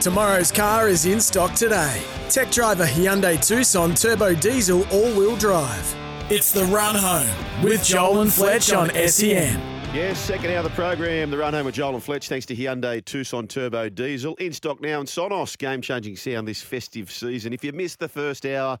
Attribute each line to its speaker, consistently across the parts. Speaker 1: Tomorrow's car is in stock today. Tech driver Hyundai Tucson Turbo Diesel All Wheel Drive. It's the run home with Joel and Fletch on E SEN.
Speaker 2: Yes, second hour of the program, the run home with Joel and Fletch, thanks to Hyundai Tucson Turbo Diesel. In stock now in Sonos, game changing sound this festive season. If you missed the first hour,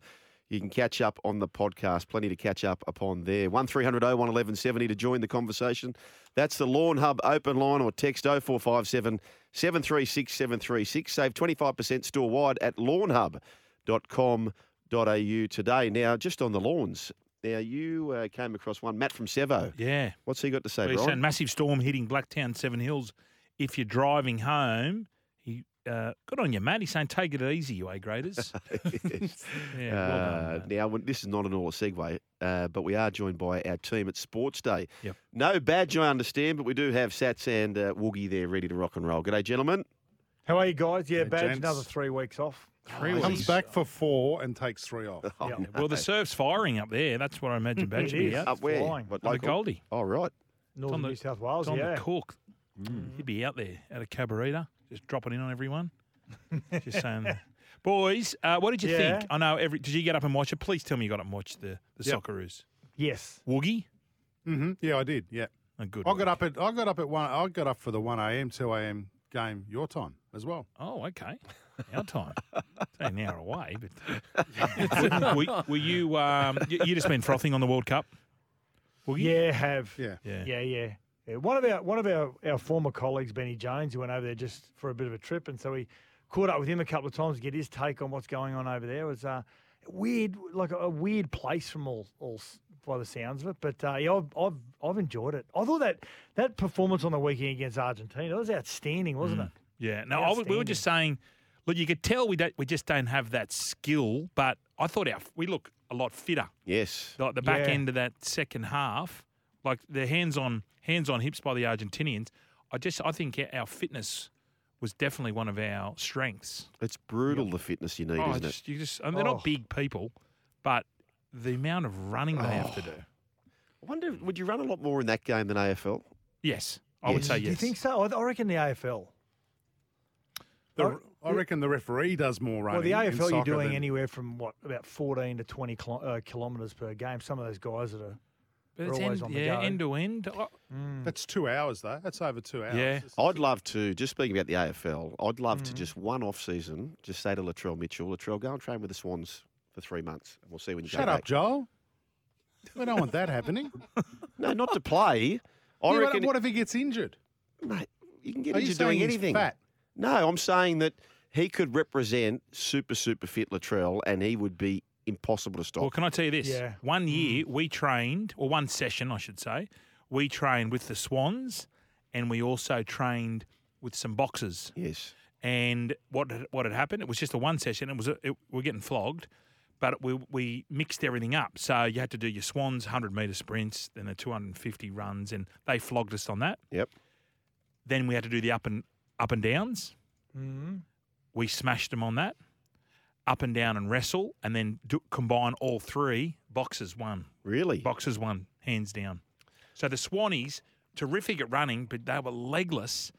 Speaker 2: you can catch up on the podcast. Plenty to catch up upon there. 1300 01 1170 to join the conversation. That's the Lawn Hub open line or text 0457 736 736. Save 25% store wide at lawnhub.com.au today. Now, just on the lawns. Now, you uh, came across one, Matt from Sevo.
Speaker 3: Yeah.
Speaker 2: What's he got to say,
Speaker 3: Well, he's saying
Speaker 2: Brian?
Speaker 3: massive storm hitting Blacktown Seven Hills. If you're driving home, he uh, good on you, Matt. He's saying take it easy, you A graders.
Speaker 2: Yes.
Speaker 3: Yeah, well done,
Speaker 2: Uh,
Speaker 3: Matt.
Speaker 2: now, when- this is not an all segue, uh, but we are joined by our team at Sports Day.
Speaker 3: Yep.
Speaker 2: No badge, I understand, but we do have Sats and uh, Woogie there ready to rock and roll. G'day, gentlemen.
Speaker 4: How are you guys? Yeah, badge
Speaker 5: gents.
Speaker 4: another three weeks off.
Speaker 3: Three
Speaker 2: Oh,
Speaker 5: Comes
Speaker 2: he's-
Speaker 3: weeks.
Speaker 5: back for four and takes three off.
Speaker 2: Oh,
Speaker 4: Yeah.
Speaker 2: no.
Speaker 3: Well, the surf's firing up there. That's what I imagine Badge
Speaker 4: It
Speaker 3: be
Speaker 4: is.
Speaker 3: out.
Speaker 2: Up where?
Speaker 4: flying.
Speaker 2: What,
Speaker 3: On the
Speaker 2: local?
Speaker 3: Goldie.
Speaker 2: Oh, right. Mm.
Speaker 4: Northern
Speaker 3: the-
Speaker 4: New South Wales.
Speaker 3: Tom
Speaker 4: yeah.
Speaker 3: the Cook. He'd be out there at a cabarita, just dropping in on everyone. just saying. Boys, uh, what did you
Speaker 4: Yeah.
Speaker 3: think? I know every. Did you get up and watch it? Please tell me you got up and watched the the
Speaker 5: Yep.
Speaker 3: Socceroos.
Speaker 4: Yes.
Speaker 3: Woogie,
Speaker 5: hmm Yeah, I did. Yeah,
Speaker 3: oh, good.
Speaker 5: I got
Speaker 3: work.
Speaker 5: up at I got up at one. I got up for the one a.m. two a.m. game your time as well.
Speaker 3: Oh, okay. Our time. it's only an hour away, but were, were you? Um, you, you just been frothing on the World Cup? Were you?
Speaker 4: Yeah, have.
Speaker 5: Yeah.
Speaker 3: Yeah.
Speaker 4: Yeah, yeah. Yeah, One of our one of our, our former colleagues, Benny Jones, who went over there just for a bit of a trip, and so we caught up with him a couple of times to get his take on what's going on over there. It was uh, weird, like a, a weird place from all all s- by the sounds of it. But uh, yeah, I've, I've I've enjoyed it. I thought that that performance on the weekend against Argentina was outstanding, wasn't
Speaker 3: Mm.
Speaker 4: it?
Speaker 3: Yeah. No, I, was- we were just saying. Look, you could tell we don't. We just don't have that skill. But I thought our we look a lot fitter.
Speaker 2: Yes.
Speaker 3: Like the back
Speaker 4: Yeah.
Speaker 3: end of that second half, like the hands on hands on hips by the Argentinians. I just I think our fitness was definitely one of our strengths.
Speaker 2: It's brutal the fitness you need,
Speaker 3: Oh,
Speaker 2: isn't it?
Speaker 3: just, you just and they're
Speaker 4: Oh.
Speaker 3: not big people, but the amount of running they have to do.
Speaker 2: I wonder, would you run a lot more in that game than AFL?
Speaker 3: Yes, I would
Speaker 2: Yes.
Speaker 3: say
Speaker 4: Do
Speaker 3: yes.
Speaker 4: you think so? I, I reckon the AFL.
Speaker 5: The, I reckon the referee does more
Speaker 4: Well,
Speaker 5: running.
Speaker 4: the AFL,
Speaker 5: in
Speaker 4: you're
Speaker 5: soccer
Speaker 4: doing
Speaker 5: than-
Speaker 4: anywhere from what about 14 to 20 kilo, uh, kilometres per game. Some of those guys that are
Speaker 3: But
Speaker 4: We're
Speaker 3: it's
Speaker 4: always
Speaker 3: end,
Speaker 4: on the
Speaker 3: yeah,
Speaker 4: go.
Speaker 3: end to end. I-
Speaker 5: That's two hours though. That's over two hours.
Speaker 3: Yeah.
Speaker 5: It's-
Speaker 2: I'd love to, just speaking about the AFL, I'd love
Speaker 3: Mm.
Speaker 2: to just one off season, just say to Latrell Mitchell, Latrell, go and train with the Swans for three months and we'll see when you
Speaker 5: Shut
Speaker 2: go
Speaker 5: up,
Speaker 2: back.
Speaker 5: Joel. We don't want that happening.
Speaker 2: No, not to play. I
Speaker 5: Yeah, but
Speaker 2: reckon.
Speaker 5: what if he gets injured?
Speaker 2: Mate, you can get
Speaker 5: Are you
Speaker 2: into doing
Speaker 5: saying he's
Speaker 2: anything.
Speaker 5: fat?
Speaker 2: No, I'm saying that he could represent super, super fit Latrell and he would be impossible to stop.
Speaker 3: Well, can I tell you this?
Speaker 4: Yeah.
Speaker 3: One year we trained, or one session, I should say, we trained with the Swans, and we also trained with some boxers.
Speaker 2: yes.
Speaker 3: And what had, what had happened? It was just a one session. It was a, it, we're getting flogged, but we we mixed everything up. So you had to do your Swans hundred meter sprints, then the two hundred and fifty runs, and they flogged us on that.
Speaker 2: Yep.
Speaker 3: Then we had to do the up and up and downs. We smashed them on that. Up and down and wrestle, and then do, combine all three. Boxers won.
Speaker 2: Really?
Speaker 3: Boxers won, hands down. So the Swannies, terrific at running, but they were legless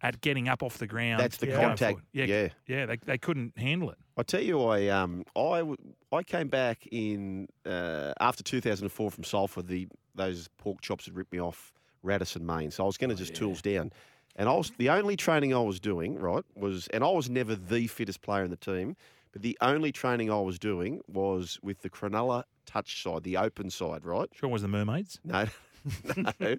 Speaker 3: at getting up off the ground.
Speaker 2: That's the
Speaker 3: and going
Speaker 2: contact,
Speaker 3: forward. Yeah,
Speaker 2: yeah.
Speaker 3: yeah. They, they couldn't handle it.
Speaker 2: I tell you, I um, I w- I came back in uh, after 2004 from Salford. The those pork chops had ripped me off Radisson, Maine. So I was
Speaker 3: Oh,
Speaker 2: going to just tools down, and I was the only training I was doing right was, and I was never the fittest player in the team, but the only training I was doing was with the Cronulla touch side, the open side, right?
Speaker 3: Sure was the Mermaids.
Speaker 2: No, no,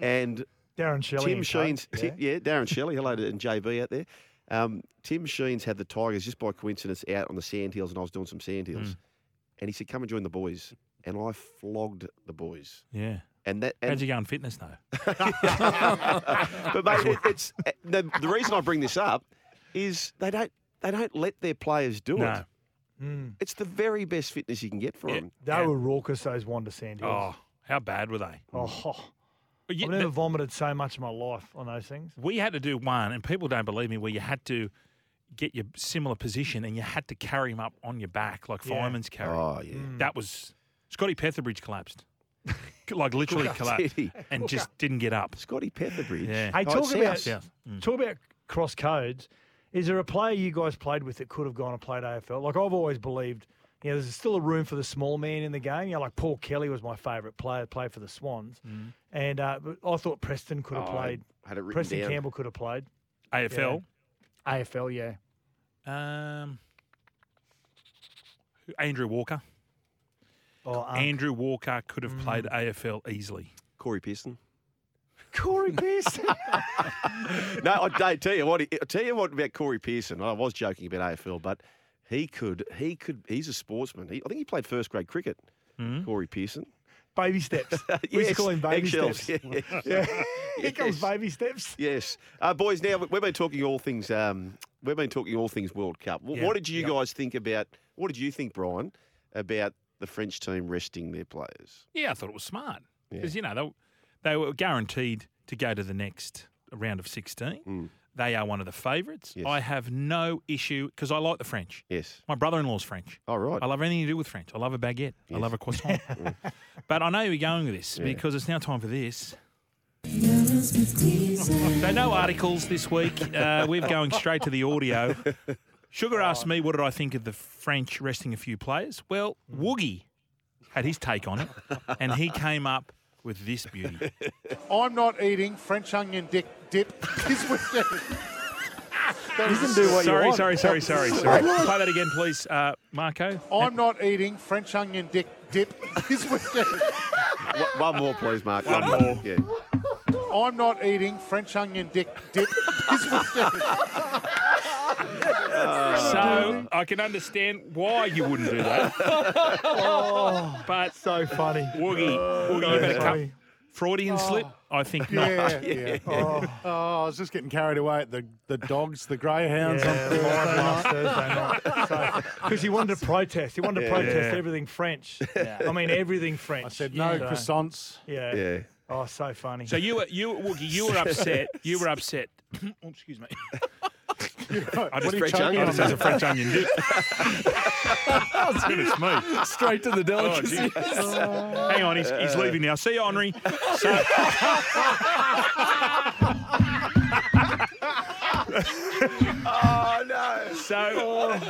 Speaker 2: and
Speaker 4: Darren Shelley.
Speaker 2: Tim
Speaker 4: and co,
Speaker 2: Sheens,
Speaker 4: yeah.
Speaker 2: Ti- yeah, Darren Shelley, hello to and JB out there. Um, Tim Sheens had the Tigers just by coincidence out on the sandhills, and I was doing some sandhills, and he said, "Come and join the boys," and I flogged the boys,
Speaker 3: Yeah.
Speaker 2: And that, and
Speaker 3: How'd you go in fitness though?
Speaker 2: but mate, it, it's eh, the, the reason I bring this up is they don't they don't let their players do it.
Speaker 3: No.
Speaker 2: It's the very best fitness you can get for
Speaker 3: Yeah.
Speaker 2: them.
Speaker 4: Mm. They
Speaker 3: Yeah.
Speaker 4: were raucous, those Wanda Sand Hills.
Speaker 3: Oh, how bad were they?
Speaker 4: Oh, ho.
Speaker 3: But you-
Speaker 4: I've never
Speaker 3: th-
Speaker 4: vomited so much in my life on those things.
Speaker 3: we had to do one, and people don't believe me, where you had to get your similar position and you had to carry him up on your back like
Speaker 4: Yeah. Mm.
Speaker 3: fireman's carry.
Speaker 2: Oh yeah.
Speaker 3: That was Scotty Petherbridge collapsed, like literally collapsed,
Speaker 2: Did he?
Speaker 3: and just didn't get up.
Speaker 2: Scotty Petherbridge.
Speaker 3: Yeah.
Speaker 4: Hey,
Speaker 2: Oh,
Speaker 4: talk
Speaker 2: it's
Speaker 4: about
Speaker 2: South.
Speaker 5: Mm.
Speaker 4: talk about cross codes. Is there a player you guys played with that could have gone and played AFL? Like I've always believed, you know, there's still a room for the small man in the game. You know, like Paul Kelly was my favourite player, played for the Swans,
Speaker 5: Mm.
Speaker 4: and uh, but I thought Preston could have
Speaker 2: Oh, I
Speaker 4: played.
Speaker 2: had it written
Speaker 4: Preston
Speaker 2: down.
Speaker 4: Campbell could have played
Speaker 3: AFL.
Speaker 4: AFL. Yeah,
Speaker 3: Um, Andrew Walker.
Speaker 4: or um,
Speaker 3: Andrew Walker could
Speaker 4: Mm.
Speaker 3: have played AFL easily.
Speaker 2: Corey Pearson.
Speaker 4: Corey Pearson.
Speaker 2: no, I, I tell you what. I tell you what about Corey Pearson. I was joking about AFL, but he could. He could. He's a sportsman. He, I think he played first grade cricket. Corey Pearson.
Speaker 4: Hmm? baby steps. We used to
Speaker 2: Yes,
Speaker 4: call him baby
Speaker 2: eggshells.
Speaker 4: steps.
Speaker 2: Yeah, yeah.
Speaker 4: Yeah, here
Speaker 2: Yes.
Speaker 4: comes baby steps.
Speaker 2: Yes, uh, boys. Now we- we've been talking all things. Um, we've been talking all things World Cup. Wh-
Speaker 3: Yeah,
Speaker 2: What did you
Speaker 3: yep.
Speaker 2: guys think about? What did you think, Brian, about the French team resting their players?
Speaker 3: Yeah, I thought it was smart
Speaker 2: Yeah.
Speaker 3: because you know they they were guaranteed to go to the next round of sixteen. They are one of the favourites.
Speaker 2: Mm. Yes.
Speaker 3: I have no issue because I like the French.
Speaker 2: Yes.
Speaker 3: My brother-in-law's French.
Speaker 2: All right.
Speaker 3: I love anything to do with French. I love a baguette. I love a croissant. but I know you're going with this because it's now time for this. So no articles this week. Uh, we're going straight to the audio.
Speaker 5: Oh.
Speaker 3: Sugar asked me, "What did I think of the French resting a few players?" Well, Woogie had his take on it, and he came up with this beauty.
Speaker 5: I'm not eating French onion dick dip this weekend. That is-
Speaker 4: do what
Speaker 3: sorry,
Speaker 4: you want.
Speaker 3: sorry, sorry, sorry, sorry. Play that again, please, uh, Marco.
Speaker 5: I'm not eating French onion dick dip this weekend.
Speaker 2: Wh- One more, please, Mark. One
Speaker 3: more.
Speaker 2: Yeah.
Speaker 5: I'm not eating French onion dick dip this weekend. Uh,
Speaker 3: So I can understand why you wouldn't do that. but
Speaker 4: So funny.
Speaker 3: Woogie, Woogie, you better
Speaker 4: Oh.
Speaker 3: cut.
Speaker 4: Sorry. Oh.
Speaker 3: Freudian slip? I think not.
Speaker 5: Yeah, yeah. Oh, I was just getting carried away at the, the dogs, the greyhounds.
Speaker 4: Yeah,
Speaker 5: on Thursday night.
Speaker 4: Because he wanted to protest. He wanted to protest everything French. I mean, everything French.
Speaker 5: I said no
Speaker 4: So,
Speaker 5: croissants.
Speaker 4: Yeah.
Speaker 2: Yeah.
Speaker 4: Oh, so funny.
Speaker 3: So you were you Woogie, you were upset. You were upset. Oh, excuse me.
Speaker 5: I
Speaker 3: just
Speaker 2: French onion.
Speaker 3: This is a French onion dip. Goodness me. Oh,
Speaker 6: Straight to the delicacy.
Speaker 3: Hang on, he's, he's leaving now. See you, Henri. So,
Speaker 2: Oh no.
Speaker 3: so,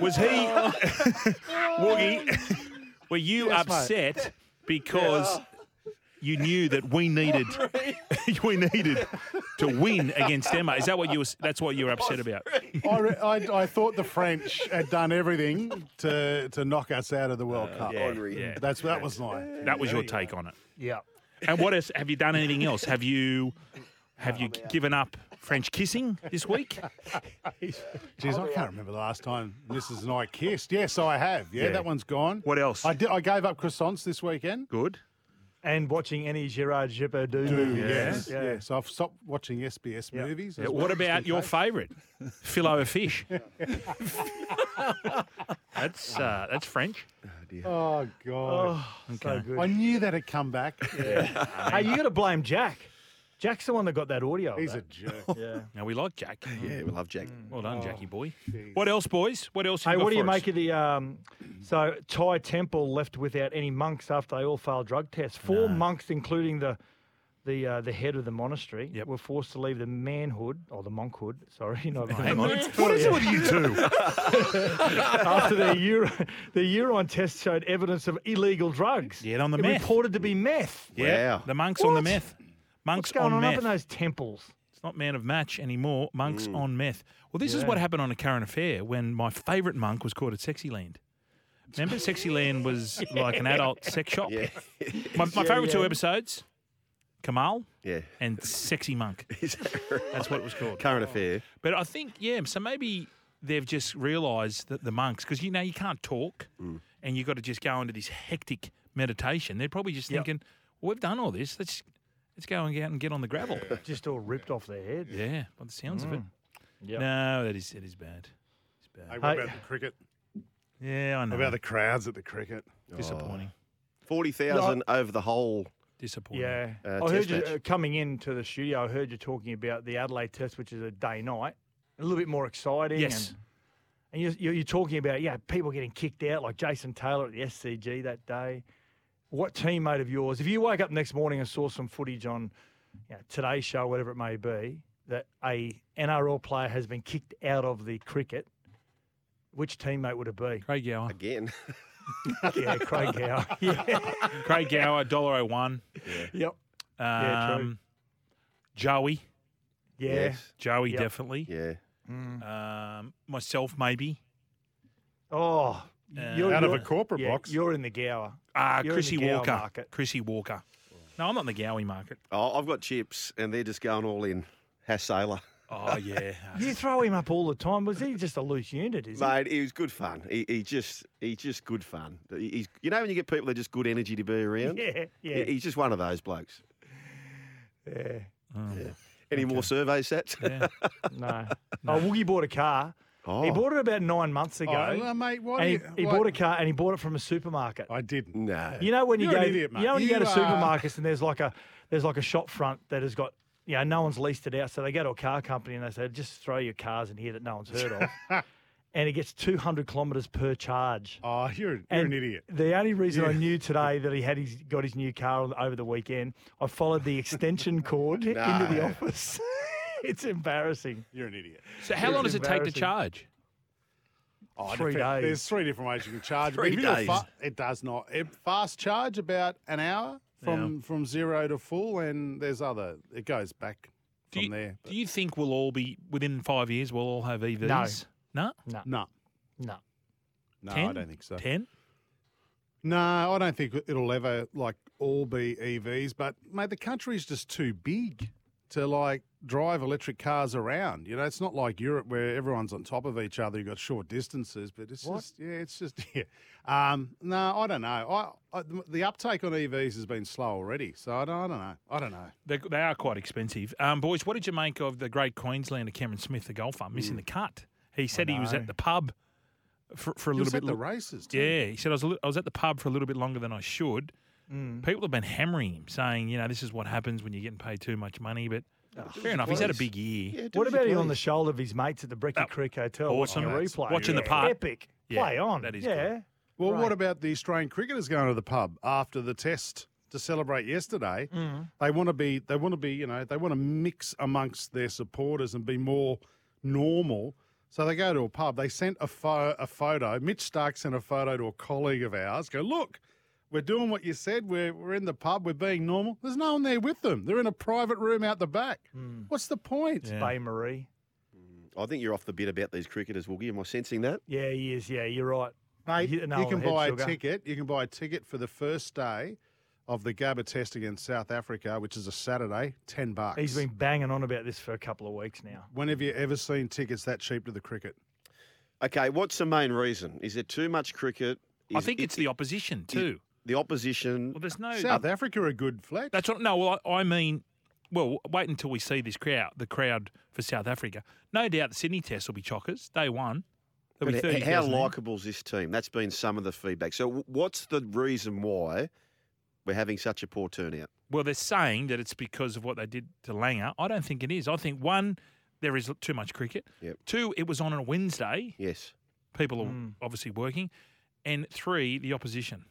Speaker 3: was he
Speaker 4: Oh.
Speaker 3: Woogie? Were you upset because you knew that we needed we needed to win against Emma? Is that what you was? That's what you were upset about.
Speaker 5: I, re- I, I thought the French had done everything to to knock us out of the World Cup.
Speaker 2: Oh, Henri.
Speaker 3: Uh, yeah.
Speaker 5: That's that was my.
Speaker 3: That was your take on it.
Speaker 4: yeah.
Speaker 3: And what else? Have you done anything else? Have you have you given up French kissing this week?
Speaker 5: Geez, I can't remember the last time Mrs. and I kissed. Yes, I have. Yeah,
Speaker 3: Yeah.
Speaker 5: that one's gone.
Speaker 3: What else?
Speaker 5: I did. I gave up croissants this weekend.
Speaker 3: Good.
Speaker 4: And watching any Gerard Depardieu movie.
Speaker 5: Yes,
Speaker 4: Yeah.
Speaker 5: yes. I've stopped watching SBS
Speaker 4: Yeah.
Speaker 5: movies. as
Speaker 3: Yeah,
Speaker 5: well,
Speaker 3: What
Speaker 5: just in
Speaker 3: about your
Speaker 5: case.
Speaker 3: favourite, Philo of fish? that's uh, that's French.
Speaker 5: Oh God!
Speaker 4: So
Speaker 5: I
Speaker 4: good.
Speaker 5: knew that had come back.
Speaker 4: Hey, you got to blame Jack. Jack's the one that got that audio. of
Speaker 5: He's a
Speaker 4: that.
Speaker 5: jerk.
Speaker 4: yeah.
Speaker 3: Now we like Jack.
Speaker 2: Yeah, we love Jack.
Speaker 3: Well done, Jackie boy. What else, boys? What else?
Speaker 4: Hey,
Speaker 3: you got
Speaker 4: what do you
Speaker 3: for
Speaker 4: make
Speaker 3: us?
Speaker 4: of the um, so Thai temple left without any monks after they all failed drug tests? Four monks, including the the uh, the head of the monastery,
Speaker 3: Yep.
Speaker 4: were forced to leave the manhood or the monkhood. Sorry, not
Speaker 3: Hang on.
Speaker 4: manhood.
Speaker 3: What is it with you two?
Speaker 4: after their urine their urine test showed evidence of illegal drugs.
Speaker 3: Get on the
Speaker 4: It
Speaker 3: meth.
Speaker 4: Reported to be meth.
Speaker 3: e-, Yeah,
Speaker 2: Wow.
Speaker 3: the monks on the
Speaker 4: What?
Speaker 3: meth. Monks
Speaker 4: What's going on,
Speaker 3: on
Speaker 4: up
Speaker 3: meth.
Speaker 4: in those temples?
Speaker 3: It's not man of match anymore. Monks
Speaker 2: Mm.
Speaker 3: on meth. Well, this is what happened on a current affair when my favourite monk was caught at Sexyland. Remember, Sexyland was like an adult sex shop.
Speaker 2: Yeah.
Speaker 3: My, my favourite two episodes, Kamal
Speaker 2: Yeah.
Speaker 3: and Sexy Monk. That's what it was called.
Speaker 2: Current affair.
Speaker 3: But I think, yeah, so maybe they've just realised that the monks, because
Speaker 2: Mm.
Speaker 3: you know you can't talk and you've got to just go into this hectic meditation. They're probably just thinking, we've done all this. Let's let's go and get out and get on the gravel.
Speaker 4: Just all ripped off their head.
Speaker 3: Yeah, by the sounds of it.
Speaker 6: Yep.
Speaker 3: No, that is it is bad.
Speaker 5: Hey, what
Speaker 4: Hey.
Speaker 5: about the cricket?
Speaker 3: Yeah, I know.
Speaker 5: What about the crowds at the cricket?
Speaker 2: Oh.
Speaker 5: Oh,
Speaker 3: disappointing.
Speaker 2: Forty thousand over the whole.
Speaker 3: Disappointing.
Speaker 4: Yeah.
Speaker 2: Uh,
Speaker 4: I
Speaker 2: test
Speaker 4: heard you
Speaker 2: match.
Speaker 4: uh, coming into the studio. I heard you talking about the Adelaide Test, which is a day night, a little bit more exciting.
Speaker 3: Yes.
Speaker 4: And, and you're, you're, you're talking about yeah, people getting kicked out, like Jason Taylor at the SCG that day. What teammate of yours, if you wake up next morning and saw some footage on you know, today's show, whatever it may be, that a NRL player has been kicked out of the cricket, which teammate would it be?
Speaker 3: Craig Gower.
Speaker 2: Again,
Speaker 4: yeah, Craig Gower. Yeah.
Speaker 3: Craig Gower, dollar oh one.
Speaker 4: Yep. Yeah, true.
Speaker 3: Um, Joey.
Speaker 4: Yeah.
Speaker 2: Yes.
Speaker 3: Joey
Speaker 4: Yep.
Speaker 3: definitely.
Speaker 2: yeah.
Speaker 5: Mm.
Speaker 3: Um, myself maybe.
Speaker 4: Oh, you're,
Speaker 5: Out of a
Speaker 4: you're-
Speaker 5: corporate
Speaker 4: yeah,
Speaker 5: box.
Speaker 4: You're in the Gower.
Speaker 3: Uh,
Speaker 4: You're in
Speaker 3: Chrissy
Speaker 4: the Gower
Speaker 3: Walker.
Speaker 4: market.
Speaker 3: Chrissy Walker. No, I'm not in the Gowie market.
Speaker 2: Oh, I've got chips, and they're just going all in. Hass Sailor.
Speaker 3: Oh yeah.
Speaker 4: You throw him up all the time. Was he just a loose unit? Is
Speaker 2: Mate, he was good fun. He, he just, he's just good fun. He- He's, you know, when you get people that are just good energy to be
Speaker 4: he?
Speaker 2: around.
Speaker 4: Yeah,
Speaker 2: He-
Speaker 4: yeah,
Speaker 2: He's just one of those blokes.
Speaker 4: yeah.
Speaker 2: Any more survey sets?
Speaker 3: yeah.
Speaker 4: No. Oh, Woogie bought a car. He
Speaker 2: Oh.
Speaker 4: bought it about nine months ago.
Speaker 5: Oh, no, mate, why?
Speaker 4: and he,
Speaker 5: do you-
Speaker 4: he
Speaker 5: why-
Speaker 4: bought a car and he bought it from a supermarket.
Speaker 5: I didn't.
Speaker 2: no.
Speaker 4: You know when you
Speaker 5: You're
Speaker 4: go,
Speaker 5: an idiot, mate.
Speaker 4: you know when you, go
Speaker 5: You
Speaker 4: to
Speaker 5: are-
Speaker 4: supermarkets and there's like a there's like a shop front that has got you know no one's leased it out, so they go to a car company and they say just throw your cars in here that no one's heard of, and it gets 200 kilometres per charge.
Speaker 5: Oh, you're, you're an
Speaker 4: And
Speaker 5: idiot.
Speaker 4: The only reason I knew today that he had his got his new car on- over the weekend, I followed the extension cord into the office. it's embarrassing.
Speaker 5: You're an idiot.
Speaker 3: So how long does it take to charge?
Speaker 5: Oh, it
Speaker 4: Three
Speaker 5: depends.
Speaker 4: days.
Speaker 5: There's three different ways you can charge. but
Speaker 2: Three
Speaker 5: if you do a
Speaker 2: days.
Speaker 5: Fa- it does not. It fast charge about an hour from from zero to full, and there's other. It goes back
Speaker 3: Do
Speaker 5: from
Speaker 3: you,
Speaker 5: there.
Speaker 3: do you think we'll all be within five years? We'll all have E EVs? No.
Speaker 5: No,
Speaker 4: No.
Speaker 5: no, I
Speaker 3: Ten?
Speaker 5: don't think so.
Speaker 3: Ten.
Speaker 5: No, I don't think it'll ever like all be EVs. But mate, the country's just too big to like drive electric cars around. You know, it's not like Europe where everyone's on top of each other. You've got short distances, but it's just yeah, it's just yeah. Um, no, I don't know. I, I the uptake on EVs has been slow already, so I don't, I don't know. I don't know.
Speaker 3: They, they are quite expensive. Um, boys, what did you make of the great Queenslander Cameron Smith, the golfer,
Speaker 5: Hmm.
Speaker 3: missing the cut? He said he was at the pub for, for a
Speaker 5: He
Speaker 3: little
Speaker 5: was
Speaker 3: bit.
Speaker 5: at the
Speaker 3: lo-
Speaker 5: races. Too.
Speaker 3: yeah, he said I was, a li- I was at the pub for a little bit longer than I should.
Speaker 5: Hmm.
Speaker 3: People have been hammering him, saying, you know, this is what happens when you're getting paid too much money. But
Speaker 5: Oh,
Speaker 3: fair enough, he's had a big year.
Speaker 2: Yeah, do
Speaker 4: What
Speaker 2: as you
Speaker 4: about he on the
Speaker 2: please.
Speaker 4: shoulder of his mates at the Brecky Creek Hotel
Speaker 3: Oh, awesome.
Speaker 4: watching a
Speaker 3: That's-
Speaker 4: replay?
Speaker 3: watching the putt.
Speaker 4: Epic.
Speaker 3: Yeah,
Speaker 4: Play on.
Speaker 3: that is
Speaker 4: yeah.
Speaker 3: good.
Speaker 5: Well,
Speaker 4: Right.
Speaker 5: what about the Australian cricketers going to the pub after the test to celebrate yesterday?
Speaker 2: Mm.
Speaker 5: They want to be. They want to be. You know, they want to mix amongst their supporters and be more normal. So they go to a pub. They sent a, pho- a photo. Mitch Stark sent a photo to a colleague of ours. Go look. We're doing what you said. We're, we're in the pub. We're being normal. There's no one there with them. They're in a private room out the back.
Speaker 4: Hmm.
Speaker 5: What's the point?
Speaker 3: Yeah.
Speaker 4: Bay Marie.
Speaker 2: Mm, I think you're off the bit about these cricketers, Woogie. Am I sensing that?
Speaker 4: Yeah, he is. Yeah, you're right.
Speaker 5: Mate,
Speaker 4: Hit
Speaker 5: you,
Speaker 4: the nail on
Speaker 5: can
Speaker 4: the head,
Speaker 5: buy
Speaker 4: sugar.
Speaker 5: a ticket. You can buy a ticket for the first day of the Gabba Test against South Africa, which is a Saturday. Ten bucks.
Speaker 4: He's been banging on about this for a couple of weeks now.
Speaker 5: When have you ever seen tickets that cheap to the cricket?
Speaker 2: Okay, what's the main reason? Is there too much cricket? Is
Speaker 3: I think
Speaker 2: it-
Speaker 3: it's the opposition, too.
Speaker 2: the opposition.
Speaker 3: Well, there's no.
Speaker 5: South Africa are good, Fletch.
Speaker 3: That's what. No, well, I, I mean, well, wait until we see this crowd, the crowd for South Africa. No doubt the Sydney test will be chockers day one. There'll
Speaker 2: But
Speaker 3: be
Speaker 2: h- how
Speaker 3: 30,000 in.
Speaker 2: likeable is this team? That's been some of the feedback. So, w- what's the reason why we're having such a poor turnout?
Speaker 3: Well, they're saying that it's because of what they did to Langer. I don't think it is. I think one, there is too much cricket.
Speaker 2: Yep.
Speaker 3: Two, it was on a Wednesday.
Speaker 2: Yes.
Speaker 3: People are
Speaker 4: Hmm.
Speaker 3: obviously working, and three, the opposition.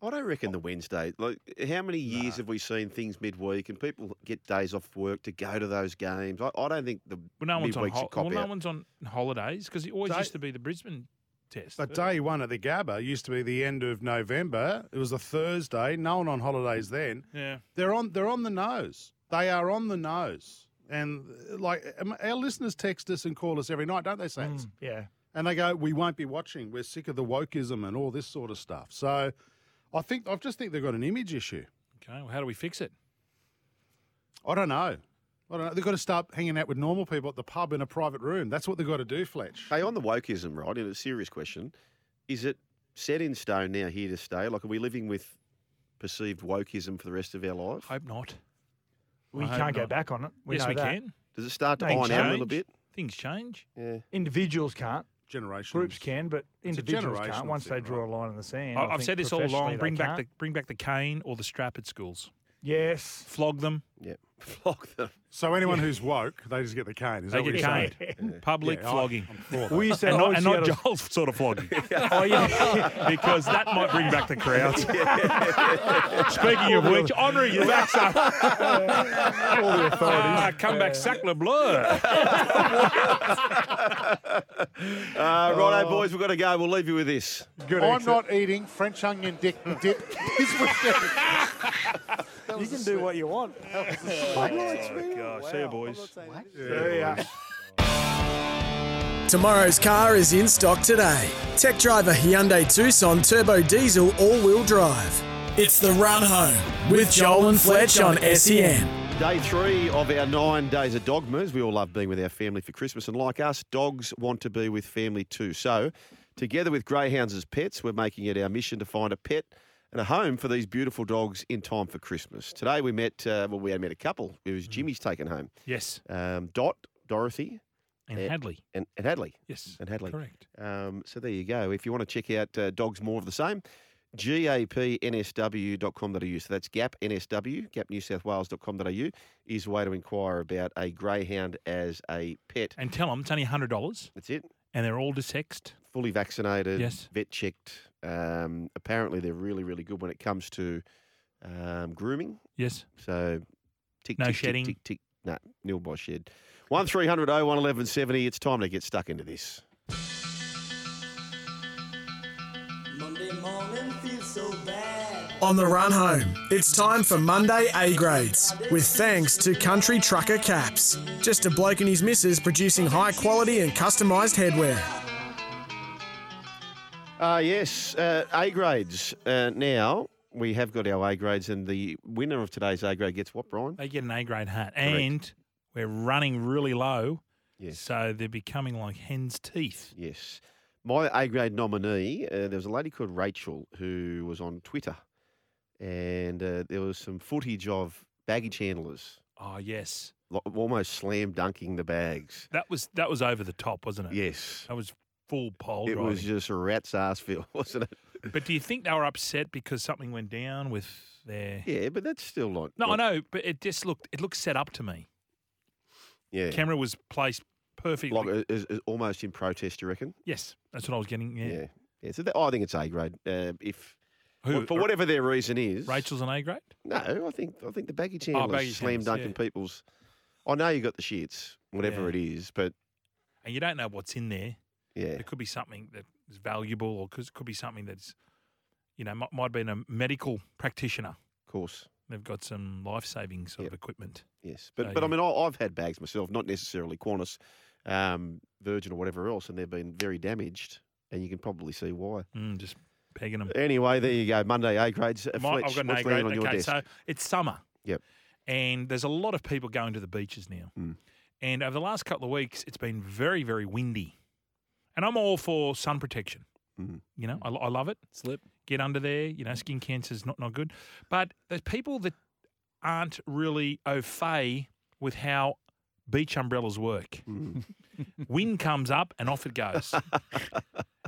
Speaker 2: I don't reckon the Wednesday. Like, how many years have we seen things midweek and people get days off work to go to those games? I, I don't think the
Speaker 3: Well, no one's on.
Speaker 2: midweek's a
Speaker 3: Ho-
Speaker 2: cop
Speaker 3: well, no
Speaker 2: out.
Speaker 3: one's on holidays because it always
Speaker 5: Day-
Speaker 3: used to be the Brisbane test.
Speaker 5: But day one at the Gabba used to be the end of November. It was a Thursday. No one on holidays then.
Speaker 3: yeah.
Speaker 5: They're on. They're on the nose. They are on the nose. And uh, like um, our listeners text us and call us every night, don't they, Saints?
Speaker 4: Mm, yeah.
Speaker 5: And they go, "We won't be watching. We're sick of the wokeism and all this sort of stuff." So, I think I just think they've got an image issue.
Speaker 3: Okay. Well, how do we fix it?
Speaker 5: I don't know. I don't know. They've got to start hanging out with normal people at the pub in a private room. That's what they've got to do, Fletch.
Speaker 2: Hey, on the wokeism, right? And it's a serious question. Is it set in stone now, here to stay? Like, are we living with perceived wokeism for the rest of our life?
Speaker 3: Hope not.
Speaker 4: We
Speaker 3: I hope
Speaker 4: can't go
Speaker 3: not.
Speaker 4: back on it. We
Speaker 3: yes,
Speaker 4: know
Speaker 3: we
Speaker 4: that.
Speaker 3: can.
Speaker 2: Does it start to
Speaker 4: Things
Speaker 2: iron out a little
Speaker 3: change.
Speaker 2: bit?
Speaker 3: Things change.
Speaker 2: Yeah.
Speaker 4: Individuals can't.
Speaker 5: Generation.
Speaker 4: Groups can, but
Speaker 5: It's a
Speaker 4: individuals
Speaker 5: generational
Speaker 4: can't. Once
Speaker 5: thing,
Speaker 4: they draw a line in the sand.
Speaker 3: I,
Speaker 4: I
Speaker 3: I've
Speaker 4: think
Speaker 3: said this all along.
Speaker 4: professionally
Speaker 3: Bring
Speaker 4: they
Speaker 3: back
Speaker 4: can't.
Speaker 3: the bring back the cane or the strap at schools.
Speaker 4: yes.
Speaker 3: Flog them.
Speaker 2: Yeah. Flock them.
Speaker 5: So anyone who's woke, they just get the cane. Is
Speaker 3: They
Speaker 5: that what
Speaker 3: get
Speaker 5: you're saying?
Speaker 3: caned.
Speaker 4: Mm,
Speaker 3: Public
Speaker 5: Yeah, I-
Speaker 3: flogging.
Speaker 4: We used to
Speaker 3: and
Speaker 4: always
Speaker 3: not, and not
Speaker 4: yell at-
Speaker 3: Joel's sort of flogging,
Speaker 4: Oh yeah.
Speaker 3: because that might bring back the crowds. Speaking of which, honorary your backs up.
Speaker 4: All the authorities.
Speaker 3: Ah, come back, Sackler Blur.
Speaker 2: Uh, righto, boys, we've got to go. We'll leave you with this.
Speaker 4: Oh. Good
Speaker 7: I'm
Speaker 4: exit.
Speaker 7: not eating French onion dick dip this weekend.
Speaker 4: You can do what you want.
Speaker 3: Oh, Gosh, see you, boys.
Speaker 4: Yeah.
Speaker 1: Tomorrow's car is in stock today. Tech driver Hyundai Tucson Turbo Diesel All Wheel Drive. It's the run home with Joel and Fletch on E SEN.
Speaker 2: Day three of our nine days of dogmas. We all love being with our family for Christmas, and like us, dogs want to be with family too. So, together with Greyhounds as pets, we're making it our mission to find a pet and a home for these beautiful dogs in time for Christmas. Today, we met, uh, well, we had met a couple. It
Speaker 4: Mm.
Speaker 2: was Jimmy's taken home.
Speaker 3: Yes,
Speaker 2: Um, Dot, Dorothy,
Speaker 3: and
Speaker 2: Yeah.
Speaker 3: Hadley.
Speaker 2: and, and Hadley.
Speaker 3: Yes,
Speaker 2: And Hadley.
Speaker 3: Correct.
Speaker 2: Um, so there you go. If you want to check out uh, dogs more of the same, gapnsw.com.au. So that's gapnsw, gapnewsouthwales.com.au is a way to inquire about a greyhound as a pet.
Speaker 3: And tell them it's only hundred dollars,
Speaker 2: That's it.
Speaker 3: and they're all dissexed.
Speaker 2: Fully vaccinated,
Speaker 3: Yes.
Speaker 2: vet checked. Um, apparently, they're really, really good when it comes to um, grooming.
Speaker 3: Yes,
Speaker 2: So tick,
Speaker 3: No
Speaker 2: tick,
Speaker 3: shedding.
Speaker 2: tick, tick, tick. No, nil by shed. 1300 01 1170. It's time to get stuck into this.
Speaker 1: On the run home, it's time for Monday A grades, with thanks to Country Trucker Caps. Just a bloke and his missus producing high quality and customised headwear.
Speaker 2: Uh, yes, uh, A grades. Uh, now we have got our A grades, and the winner of today's A grade gets what, Brian?
Speaker 3: they get an A grade hat, and we're running really low.
Speaker 2: Yes.
Speaker 3: So they're becoming like hen's teeth.
Speaker 2: Yes. My A grade nominee, uh, there was a lady called Rachel who was on Twitter, and uh, there was some footage of baggage handlers
Speaker 3: Oh yes,
Speaker 2: lo- almost slam dunking the bags.
Speaker 3: that was that was over the top, wasn't it?
Speaker 2: Yes.
Speaker 3: that was full pole
Speaker 2: It
Speaker 3: driving.
Speaker 2: was just a rat's ass feel, wasn't it?
Speaker 3: But do you think they were upset because something went down with their?
Speaker 2: Yeah, but that's still not.
Speaker 3: No, I
Speaker 2: not-
Speaker 3: know, but it just looked it looked set up to me.
Speaker 2: Yeah.
Speaker 3: Camera was placed perfectly.
Speaker 2: like, uh, is- is almost in protest, you reckon?
Speaker 3: yes, that's what I was getting. Yeah.
Speaker 2: Yeah. Yeah, so that, I think it's A grade. Uh, if
Speaker 3: Who uh,
Speaker 2: for whatever their reason is,
Speaker 3: Rachel's an A grade.
Speaker 2: No, I think I think the baggy handlers
Speaker 3: baggage
Speaker 2: slam
Speaker 3: handlers,
Speaker 2: dunking
Speaker 3: Oh, yeah.
Speaker 2: people's. I know you got the shits, whatever
Speaker 3: Yeah.
Speaker 2: it is, but
Speaker 3: and you don't know what's in there.
Speaker 2: yeah,
Speaker 3: It could be something that is valuable, or could, could be something that's, you know, might, might have been a medical practitioner.
Speaker 2: of course,
Speaker 3: They've got some life-saving sort of equipment.
Speaker 2: yes. But
Speaker 3: So,
Speaker 2: but I
Speaker 3: yeah.
Speaker 2: mean, I, I've had bags myself, not necessarily Qantas, um, Virgin, or whatever else, and they've been very damaged, and you can probably see why.
Speaker 3: Mm, just pegging them.
Speaker 2: Anyway, there you go. Monday A grades. Uh,
Speaker 3: My-
Speaker 2: Fletch,
Speaker 3: I've got an
Speaker 2: what's
Speaker 3: A grade.
Speaker 2: landing on your
Speaker 3: okay,
Speaker 2: desk?
Speaker 3: so it's summer.
Speaker 2: Yep.
Speaker 3: And there's a lot of people going to the beaches now.
Speaker 2: Mm.
Speaker 3: And over the last couple of weeks, it's been very, very windy. And I'm all for sun protection.
Speaker 2: Mhm.
Speaker 3: You know, I, I love it.
Speaker 6: Slip.
Speaker 3: Get under there. You know, skin cancer's not not good. But there's people that aren't really au fait with how beach umbrellas work.
Speaker 2: Mm.
Speaker 3: Wind comes up and off it goes.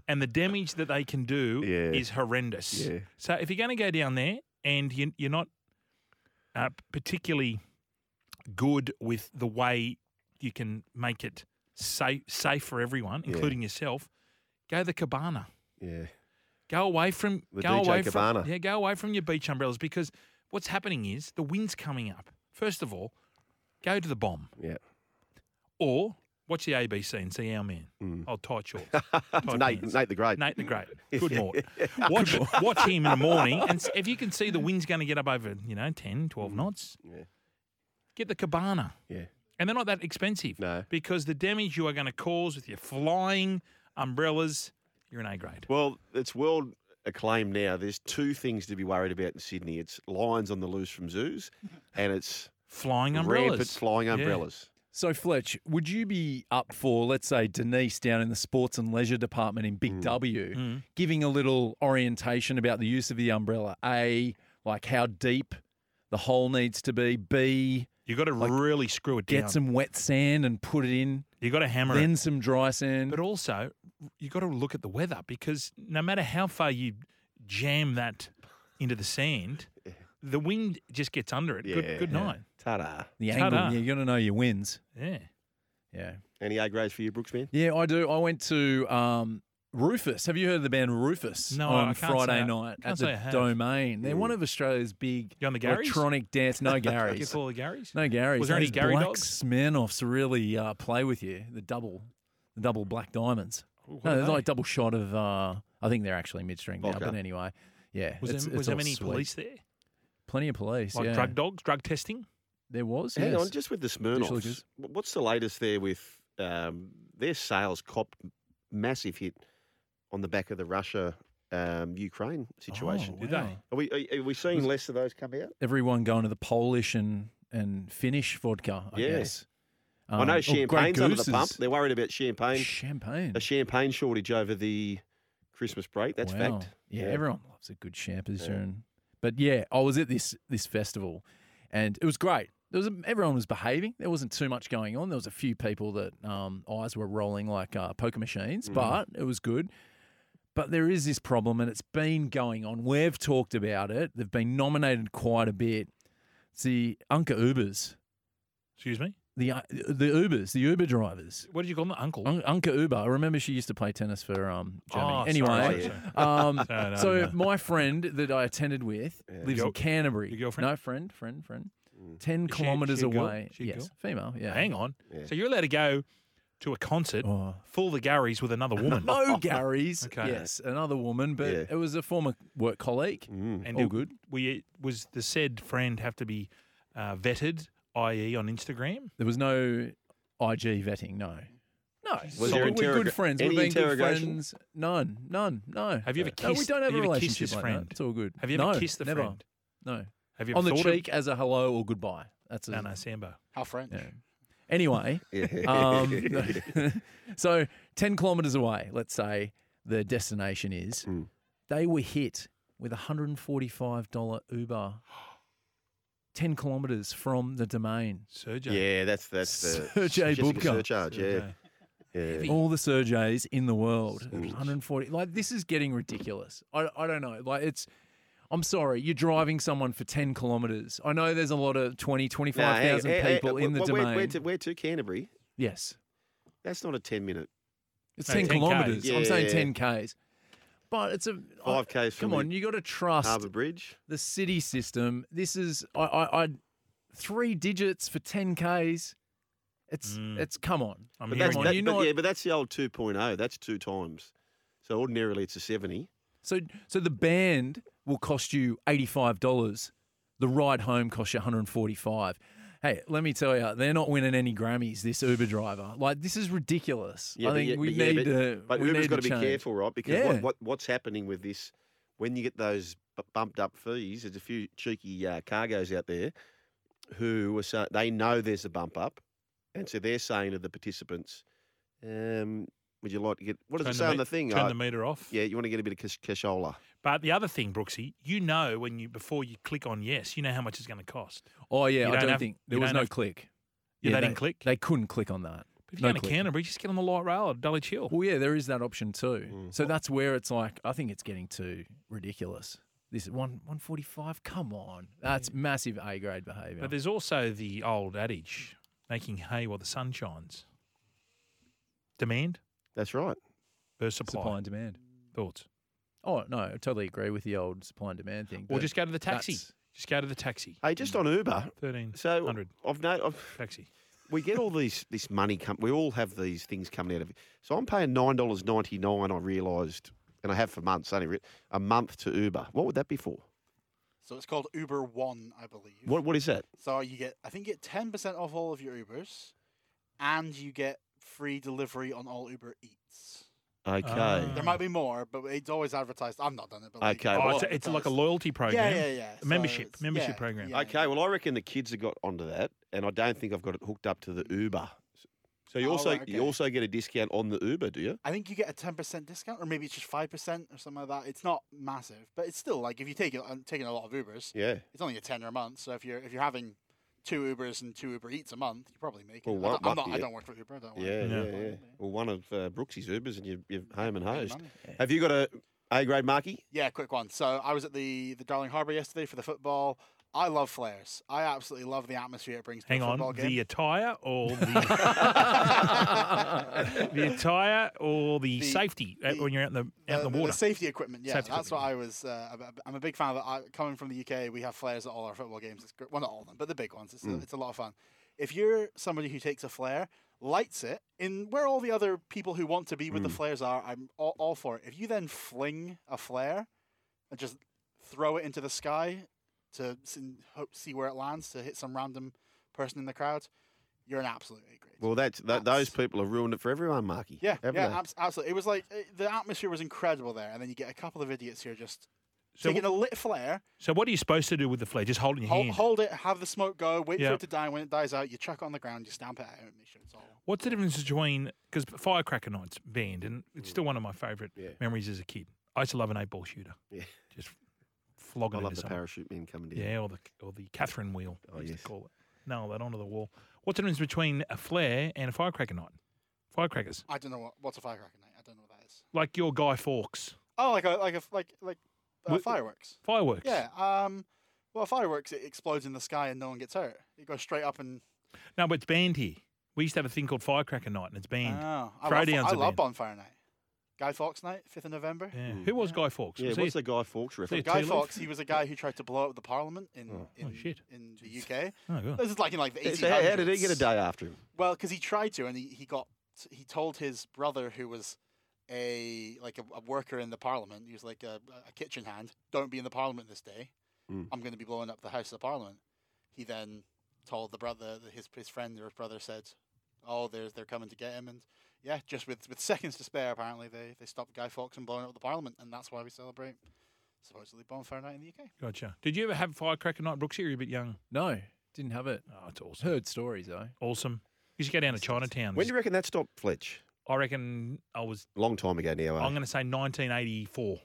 Speaker 3: and the damage that they can do
Speaker 2: Yeah.
Speaker 3: is horrendous.
Speaker 2: Yeah.
Speaker 3: So if you're going to go down there and you, you're not uh, particularly good with the way you can make it safe, safe for everyone,
Speaker 2: Yeah.
Speaker 3: including yourself, go the cabana.
Speaker 2: yeah,
Speaker 3: Go away from
Speaker 2: The
Speaker 3: go
Speaker 2: DJ
Speaker 3: away
Speaker 2: cabana.
Speaker 3: From, yeah, go away from your beach umbrellas because what's happening is the wind's coming up. First of all, go to the bomb
Speaker 2: yeah.
Speaker 3: or watch the ABC and see our man. Oh, tight shorts. tight
Speaker 2: Mm. Nate,
Speaker 3: pants.
Speaker 2: Nate the Great.
Speaker 3: Nate the Great. Good mort. Watch, watch him in the morning. And s- if you can see the wind's going to get up over, you know, 10, 12 knots,
Speaker 2: Mm. Yeah.
Speaker 3: get the cabana.
Speaker 2: Yeah.
Speaker 3: And they're not that expensive.
Speaker 2: No.
Speaker 3: Because the damage you are going to cause with your flying umbrellas, you're an A grade.
Speaker 2: Well, it's world acclaim now. There's two things to be worried about in Sydney. It's lions on the loose from zoos, and it's
Speaker 3: Flying
Speaker 2: rampant
Speaker 3: umbrellas.
Speaker 2: flying
Speaker 3: Yeah.
Speaker 2: umbrellas.
Speaker 6: So, Fletch, would you be up for, let's say, Denise down in the sports and leisure
Speaker 2: Mm.
Speaker 3: Mm.
Speaker 6: department in Big W, giving a little orientation about the use of the umbrella? A, like how deep the hole needs to be. B,
Speaker 3: You got to really screw it
Speaker 6: get
Speaker 3: down.
Speaker 6: some wet sand and put it in,
Speaker 3: you got to hammer it.
Speaker 6: then some dry sand.
Speaker 3: But also, you got to look at the weather because no matter how far you jam that into the sand, the wind just gets under it.
Speaker 2: Yeah.
Speaker 3: Good, good night.
Speaker 2: Ta-da.
Speaker 6: the angle,
Speaker 3: Ta-da.
Speaker 6: yeah, you got to know your winds.
Speaker 3: Yeah.
Speaker 6: Yeah.
Speaker 2: Any A grades for you, Brooksman?
Speaker 6: Yeah, I do. I went to um, Rufus. Have you heard of the band Rufus?
Speaker 3: No,
Speaker 6: on
Speaker 3: I can't
Speaker 6: Friday
Speaker 3: say I-
Speaker 6: night
Speaker 3: can't
Speaker 6: at
Speaker 3: say I
Speaker 6: the
Speaker 3: have.
Speaker 6: Domain. They're one of Australia's big
Speaker 3: You on the Garys?
Speaker 6: electronic dance. No
Speaker 3: Get
Speaker 6: Garys.
Speaker 3: full of Gary's.
Speaker 6: No Garys.
Speaker 3: Was there any
Speaker 6: Those
Speaker 3: Gary
Speaker 6: black
Speaker 3: dogs?
Speaker 6: Smirnoffs really uh, play with you. The double, the double black diamonds.
Speaker 3: What
Speaker 6: no,
Speaker 3: are
Speaker 6: they're
Speaker 3: they?
Speaker 6: like double shot of. Uh, I think they're actually midstream now.
Speaker 2: Vodka.
Speaker 6: But anyway, yeah.
Speaker 3: Was,
Speaker 6: it's-
Speaker 3: there,
Speaker 6: it's
Speaker 3: was there
Speaker 6: all
Speaker 3: many
Speaker 6: sweet.
Speaker 3: police there?
Speaker 6: Plenty of police.
Speaker 3: Like
Speaker 6: yeah.
Speaker 3: drug dogs, drug testing?
Speaker 6: There was.
Speaker 2: Hang
Speaker 6: yes.
Speaker 2: on, just with the
Speaker 6: Lucas.
Speaker 2: Smirnoffs, wh- what's the latest there with um, their sales copped massive hit on the back of the Russia um, Ukraine situation?
Speaker 3: Did they?
Speaker 2: Are we are, are we seeing less of those come out?
Speaker 6: everyone going to the Polish and, and Finnish vodka, I
Speaker 2: Yeah.
Speaker 6: guess.
Speaker 2: I
Speaker 6: Um,
Speaker 2: know
Speaker 6: oh, Grey
Speaker 2: champagne's under the
Speaker 6: Goose
Speaker 2: pump.
Speaker 6: is-
Speaker 2: They're worried about champagne,
Speaker 6: Champagne.
Speaker 2: a champagne shortage over the Christmas break. That's
Speaker 6: Wow.
Speaker 2: fact.
Speaker 6: Yeah, everyone loves a good champagne. But yeah, I was at this this festival and it was great. There was everyone was behaving. There wasn't too much going on. There was a few people that um, eyes were rolling like uh, poker machines,
Speaker 2: Mm.
Speaker 6: but it was good. But there is this problem, and it's been going on. We've talked about it. They've been nominated quite a bit. It's the Unca Ubers,
Speaker 3: Excuse me?
Speaker 6: the uh, the Ubers, the Uber drivers.
Speaker 3: What did you call them? Uncle?
Speaker 6: Un- Unca Uber. I remember she used to play tennis for um, Germany.
Speaker 3: Oh, sorry,
Speaker 6: anyway,
Speaker 3: sorry,
Speaker 6: Um,
Speaker 3: No, no,
Speaker 6: so
Speaker 3: no.
Speaker 6: my friend that I attended with lives
Speaker 3: Your-
Speaker 6: in Canterbury.
Speaker 3: your girlfriend?
Speaker 6: No, friend, friend, friend.
Speaker 3: Mm.
Speaker 6: Ten
Speaker 3: Is she-
Speaker 6: kilometres
Speaker 3: she a girl?
Speaker 6: away.
Speaker 3: She a
Speaker 6: yes,
Speaker 3: girl?
Speaker 6: female. Yeah.
Speaker 3: Hang on. So you're allowed to go to a concert,
Speaker 6: Oh.
Speaker 3: full the Gary's with another woman.
Speaker 6: No Gary's.
Speaker 3: Okay.
Speaker 6: Yes, another woman, but
Speaker 2: Yeah.
Speaker 6: it was a former work colleague.
Speaker 3: And
Speaker 6: All
Speaker 3: it-
Speaker 6: good.
Speaker 3: We, was the said friend have to be uh, vetted, i.e., on Instagram?
Speaker 6: There was no IG vetting. No. No.
Speaker 2: Was
Speaker 6: so
Speaker 2: there
Speaker 6: we're good
Speaker 2: interroga-
Speaker 6: friends.
Speaker 2: any
Speaker 6: We've been good
Speaker 2: interrogation?
Speaker 6: friends. None. None. No.
Speaker 3: Have you ever
Speaker 6: no, we
Speaker 3: kissed-
Speaker 6: don't have,
Speaker 3: have you
Speaker 6: a
Speaker 3: ever
Speaker 6: relationship
Speaker 3: kissed this
Speaker 6: like
Speaker 3: friend?
Speaker 6: That. It's all good.
Speaker 3: Have you ever
Speaker 6: No,
Speaker 3: kissed the
Speaker 6: never.
Speaker 3: friend?
Speaker 6: No.
Speaker 3: Have you ever
Speaker 6: On the
Speaker 3: thought
Speaker 6: cheek as a hello or goodbye. That's
Speaker 3: Of,
Speaker 6: a,
Speaker 3: no, no, Sambo.
Speaker 7: How French.
Speaker 6: Yeah. Anyway, um, so 10 kilometres away, let's say the destination is,
Speaker 3: Mm.
Speaker 6: they were hit with a $145 Uber 10 kilometres from the domain.
Speaker 3: Sergio.
Speaker 2: Yeah, that's that's the
Speaker 6: Sergey
Speaker 2: Jessica
Speaker 6: Bubka.
Speaker 2: surcharge. Yeah,
Speaker 3: Sergey.
Speaker 2: yeah.
Speaker 6: All the Sergeys in the world. It was 140. Like, this is getting ridiculous. I, I don't know. Like, it's. I'm sorry, you're driving someone for 10 kilometres. I know there's a lot of 20,
Speaker 2: No, hang- Eh,
Speaker 6: 25,000
Speaker 2: hey, hey,
Speaker 6: people
Speaker 2: hey,
Speaker 6: in the
Speaker 2: we're-
Speaker 6: domain.
Speaker 2: We're, we're to, we're to Canterbury.
Speaker 6: yes.
Speaker 2: That's not a ten minute
Speaker 6: It's
Speaker 3: No,
Speaker 6: 10
Speaker 3: 10Ks.
Speaker 6: kilometres. I'm
Speaker 2: Yeah.
Speaker 6: saying 10 Ks. But it's a. I-
Speaker 2: five k's from
Speaker 6: Come on,
Speaker 2: the
Speaker 6: you got to trust
Speaker 2: Harbour Bridge.
Speaker 6: the city system. This is I, I, I three digits for ten k's. It's it's come on.
Speaker 3: Mm. I'm
Speaker 2: But
Speaker 3: hearing
Speaker 2: that's,
Speaker 6: on,
Speaker 3: you.
Speaker 2: that,
Speaker 6: you're
Speaker 2: but
Speaker 6: not-
Speaker 2: yeah, but that's the old 2.0. That's two times. So ordinarily it's a 70.
Speaker 6: So so the band will cost you eighty five dollars. The ride home costs you one hundred and forty five. Hey, let me tell you, they're not winning any Grammys. This Uber driver, like this, is ridiculous. I
Speaker 2: but
Speaker 6: think
Speaker 2: yeah-
Speaker 6: we
Speaker 2: but yeah,
Speaker 6: need
Speaker 2: but,
Speaker 6: to.
Speaker 2: But
Speaker 6: we
Speaker 2: Uber's
Speaker 6: need
Speaker 2: got to be
Speaker 6: change.
Speaker 2: careful, right? Because what,
Speaker 6: Yeah.
Speaker 2: what what's happening with this? When you get those b- bumped up fees, there's a few cheeky uh, cargos out there who are saying they know there's a bump up, and so they're saying to the participants, um, "Would you like to get what does
Speaker 3: Turn
Speaker 2: it say on
Speaker 3: me-
Speaker 2: the thing?
Speaker 3: Turn
Speaker 2: Oh,
Speaker 3: the meter off.
Speaker 2: yeah, you want to get a bit of cash- cashola.
Speaker 3: But the other thing, Brooksy, you know when you before you click on yes, you know how much it's going to cost.
Speaker 6: Oh yeah,
Speaker 3: You
Speaker 6: I
Speaker 3: don't
Speaker 6: don't
Speaker 3: have-
Speaker 6: think
Speaker 3: you
Speaker 6: there was
Speaker 3: don't
Speaker 6: no
Speaker 3: have-
Speaker 6: click.
Speaker 3: Yeah, they
Speaker 6: they
Speaker 3: didn't click.
Speaker 6: They couldn't click on that.
Speaker 3: If you're
Speaker 6: No
Speaker 3: going to
Speaker 6: click.
Speaker 3: Canterbury, just get on the light rail at Dulwich Hill.
Speaker 6: Well, yeah, there is that option too.
Speaker 2: Mm.
Speaker 6: So that's where it's like I think it's getting too ridiculous. This is one one forty five. Come on, that's massive A grade behaviour.
Speaker 3: But there's also the old adage, making hay while the sun shines. Demand
Speaker 2: That's right.
Speaker 3: versus supply.
Speaker 6: supply. and demand.
Speaker 3: Thoughts?
Speaker 6: Oh no, I totally agree with the old supply and demand thing.
Speaker 3: Or
Speaker 6: but
Speaker 3: just go to the taxi.
Speaker 6: that's-
Speaker 3: Just go to the taxi.
Speaker 2: Hey, just on Uber.
Speaker 3: Thirteen
Speaker 2: So
Speaker 3: hundred
Speaker 2: I've no, I've,
Speaker 3: taxi.
Speaker 2: we get all these this money come we all have these things coming out of it so i'm paying $9.99 i realised and i have for months only re- a month to uber what would that be for
Speaker 7: So it's called Uber One, I believe.
Speaker 2: what, what is that
Speaker 7: So you get, I think, you get ten percent off all of your Ubers, and you get free delivery on all Uber Eats.
Speaker 2: okay
Speaker 6: Ah.
Speaker 7: There might be more, but it's always advertised. I've not done it, but like,
Speaker 2: Okay,
Speaker 3: Oh,
Speaker 2: well,
Speaker 3: it's,
Speaker 7: it's
Speaker 3: it's like a
Speaker 7: advertised.
Speaker 3: loyalty program.
Speaker 7: Yeah, yeah, yeah.
Speaker 3: A membership,
Speaker 7: it's-
Speaker 3: membership
Speaker 7: yeah,
Speaker 3: program.
Speaker 7: yeah.
Speaker 2: okay well i reckon the kids have got onto that and i don't think i've got it hooked up to the uber So you
Speaker 7: Oh,
Speaker 2: also
Speaker 7: right,
Speaker 2: you
Speaker 7: okay.
Speaker 2: also get a discount on the Uber, do you?
Speaker 7: I think you get a ten percent discount, or maybe it's just five percent or something like that. It's not massive, but it's still like if you take it, I'm taking a lot of Ubers.
Speaker 2: Yeah.
Speaker 7: It's only a tenner a month, so if you're if you're having two Ubers and two Uber Eats a month, you probably make it.
Speaker 2: Well,
Speaker 7: I
Speaker 2: one-
Speaker 7: don't- I'm
Speaker 2: lucky
Speaker 7: not, I
Speaker 2: it-
Speaker 7: don't work for Uber. Don't worry.
Speaker 2: Yeah, yeah,
Speaker 3: Yeah.
Speaker 2: yeah. Well, one of uh, Brooksy's Ubers, and you, you're home and
Speaker 7: Pretty
Speaker 2: hosed.
Speaker 7: money.
Speaker 2: Have you got a A grade marquee?
Speaker 7: Yeah, quick one. So I was at the the Darling Harbour yesterday for the football. I love flares. I absolutely love the atmosphere it brings to
Speaker 3: Hang
Speaker 7: a
Speaker 3: on,
Speaker 7: football game.
Speaker 3: the attire or the, the attire or the,
Speaker 7: The-
Speaker 3: safety uh,
Speaker 7: the-
Speaker 3: when you're out in the out in the water?
Speaker 7: safety equipment. Yeah,
Speaker 3: Safety
Speaker 7: that's
Speaker 3: equipment,
Speaker 7: what I was. Uh, I'm a- I'm a big fan of. That. I, coming from the UK, we have flares at all our football games. It's great. Well, not all of them, but the big ones. It's,
Speaker 3: Mm.
Speaker 7: a, it's a lot of fun. If you're somebody who takes a flare, lights it in where all the other people who want to be
Speaker 3: Mm.
Speaker 7: with the flares are, I'm all, all for it. If you then fling a flare and just throw it into the sky to s- and hope see where it lands to hit some random person in the crowd, you're an absolute A grade.
Speaker 2: Well, that's, that, those
Speaker 7: That's-
Speaker 2: people have ruined it for everyone, Marky.
Speaker 7: Yeah,
Speaker 2: haven't
Speaker 7: yeah,
Speaker 2: they?
Speaker 7: abs- absolutely. It was like uh, the atmosphere was incredible there, and then you get a couple of idiots who are just
Speaker 3: So
Speaker 7: taking
Speaker 3: wh-
Speaker 7: a lit flare,
Speaker 3: So what are you supposed to do with the flare? Just holding your
Speaker 7: hold,
Speaker 3: hand.
Speaker 7: hold it, have the smoke go, wait
Speaker 3: Yeah.
Speaker 7: for it to die. When it dies out, you chuck it on the ground, you stamp it out, and make sure it's all.
Speaker 3: What's the difference between because firecracker nights banned,
Speaker 2: Mm.
Speaker 3: and it's still one of my favourite memories as a kid. I used to love an eight ball shooter.
Speaker 2: Yeah.
Speaker 3: just flogging
Speaker 2: I
Speaker 3: it
Speaker 2: love
Speaker 3: into
Speaker 2: the
Speaker 3: someone.
Speaker 2: parachute men coming down.
Speaker 3: Yeah, or the or the Catherine wheel.
Speaker 2: Oh,
Speaker 3: I used
Speaker 2: yes.
Speaker 3: to call it. No, that onto the wall. What's the difference between a flare and a firecracker night? Firecrackers,
Speaker 7: I don't know what what's a firecracker night. I don't know what that is.
Speaker 3: like your Guy Fawkes
Speaker 7: Oh, like a like a like like uh,
Speaker 3: Wi-
Speaker 7: fireworks.
Speaker 3: fireworks.
Speaker 7: Yeah. Um. Well, fireworks it explodes in the sky and no one gets hurt. It goes straight up and.
Speaker 3: No, but it's banned here. We used to have a thing called firecracker night, and it's banned.
Speaker 7: Oh, I love,
Speaker 3: Throwdowns
Speaker 7: I
Speaker 3: are
Speaker 7: love
Speaker 3: banned.
Speaker 7: bonfire night. Guy Fawkes night, fifth of November.
Speaker 3: yeah. Who was Guy Fawkes?
Speaker 2: Yeah,
Speaker 3: Was he-
Speaker 2: what's the Guy Fawkes reference?
Speaker 3: Tea
Speaker 7: Guy
Speaker 3: leaf?
Speaker 7: Fawkes, he was a guy who tried to blow up the parliament in in,
Speaker 3: Oh. shit.
Speaker 7: in the UK.
Speaker 3: Oh, God.
Speaker 7: This is like in like the 1800s.
Speaker 2: So how, how did he get a day after him?
Speaker 7: Well, because he tried to, and he, he got he told his brother who was a like a, a worker in the parliament. He was like a, a kitchen hand. Don't be in the parliament this day.
Speaker 4: Mm,
Speaker 7: I'm going to be blowing up the House of Parliament. He then told the brother, his his friend or his brother said, "Oh, there's they're coming to get him." And yeah, just with, with seconds to spare, apparently they they stopped Guy Fawkes from blowing up the parliament, and that's why we celebrate supposedly bonfire night in the UK.
Speaker 3: Gotcha. Did you ever have firecracker night, Brooksy? Or You're a bit young.
Speaker 6: No, didn't have it.
Speaker 3: Oh, it's awesome.
Speaker 6: Heard stories though.
Speaker 3: Awesome. You should go down to Chinatown.
Speaker 2: When do you reckon that stopped, Fletch?
Speaker 3: I reckon I was.
Speaker 2: Long time ago now, eh?
Speaker 3: I'm going to say 1984,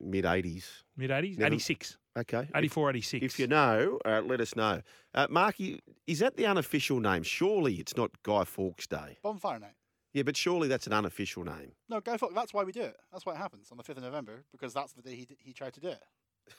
Speaker 2: mid 80s.
Speaker 3: mid 80s,
Speaker 2: Never-
Speaker 3: 86,
Speaker 2: Okay.
Speaker 3: 84, 86.
Speaker 2: If you know, uh, let us know. Uh, Marky, is that the unofficial name? Surely it's not Guy Fawkes Day.
Speaker 7: Bonfire night.
Speaker 2: Yeah, but surely that's an unofficial name.
Speaker 7: No, Guy Fawkes. That's why we do it. That's why it happens on the fifth of November because that's the day he d- he tried to do it.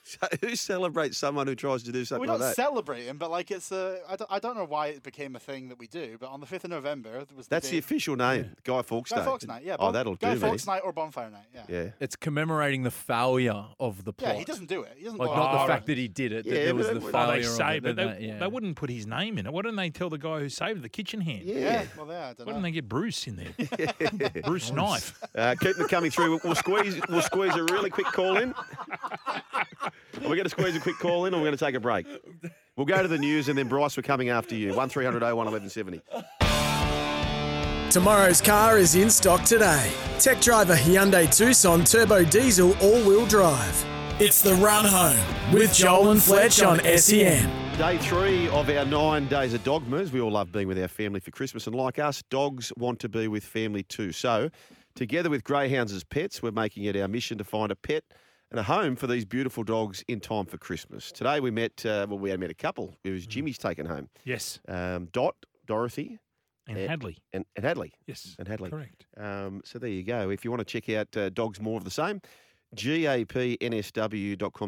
Speaker 2: So who celebrates someone who tries to do
Speaker 7: we
Speaker 2: something
Speaker 7: don't
Speaker 2: like that?
Speaker 7: celebrate him, but like it's a. I don't, I don't know why it became a thing that we do, but on the fifth of November there was the
Speaker 2: That's
Speaker 7: day,
Speaker 2: the official name, Guy Fawkes
Speaker 7: Guy
Speaker 2: Day.
Speaker 7: Fawkes night. Yeah.
Speaker 2: oh, that'll
Speaker 7: Guy
Speaker 2: do,
Speaker 7: Fawkes
Speaker 2: me.
Speaker 7: night or bonfire night. Yeah.
Speaker 2: Yeah.
Speaker 6: It's commemorating the failure of the
Speaker 7: Yeah,
Speaker 6: plot.
Speaker 7: he doesn't do it. He doesn't.
Speaker 6: like
Speaker 7: blow
Speaker 6: not
Speaker 7: up
Speaker 6: the
Speaker 3: Oh,
Speaker 6: fact
Speaker 7: parliament.
Speaker 6: that he did it. That
Speaker 2: Yeah,
Speaker 6: there
Speaker 2: but
Speaker 6: was
Speaker 2: that
Speaker 6: the
Speaker 2: would-
Speaker 3: Oh,
Speaker 6: failure.
Speaker 3: they say,
Speaker 6: of it,
Speaker 3: but they,
Speaker 6: that- yeah.
Speaker 3: they wouldn't put his name in it. Why didn't they tell the guy who saved the kitchen hand?
Speaker 2: Yeah.
Speaker 7: Yeah. Well, yeah. I don't
Speaker 3: Why
Speaker 7: know.
Speaker 3: didn't they get Bruce in there? Bruce Knife.
Speaker 2: Uh, keep them coming through. We'll, we'll squeeze. We'll squeeze a really quick call in. Are we going to squeeze a quick call in, or we're going to take a break? We'll go to the news, and then Bryce, we're coming after you. One 1170
Speaker 1: Tomorrow's car is in stock today. Tech driver Hyundai Tucson Turbo Diesel All Wheel Drive. It's the run home with Joel and Fletch on E SEN.
Speaker 2: Day three of our nine days of dogmas. We all love being with our family for Christmas, and like us, dogs want to be with family too. So, together with greyhounds as pets, we're making it our mission to find a pet and a home for these beautiful dogs in time for Christmas. Today, we met. Uh, well, we had met a couple. It was Jimmy's taken home.
Speaker 3: Yes.
Speaker 2: Um, Dot, Dorothy,
Speaker 3: And
Speaker 2: Yeah.
Speaker 3: Hadley.
Speaker 2: and, and Hadley.
Speaker 3: Yes.
Speaker 2: And Hadley.
Speaker 3: Correct.
Speaker 2: Um, so there you go. If you want to check out uh, Dogs More of the Same, gapnsw.com.au.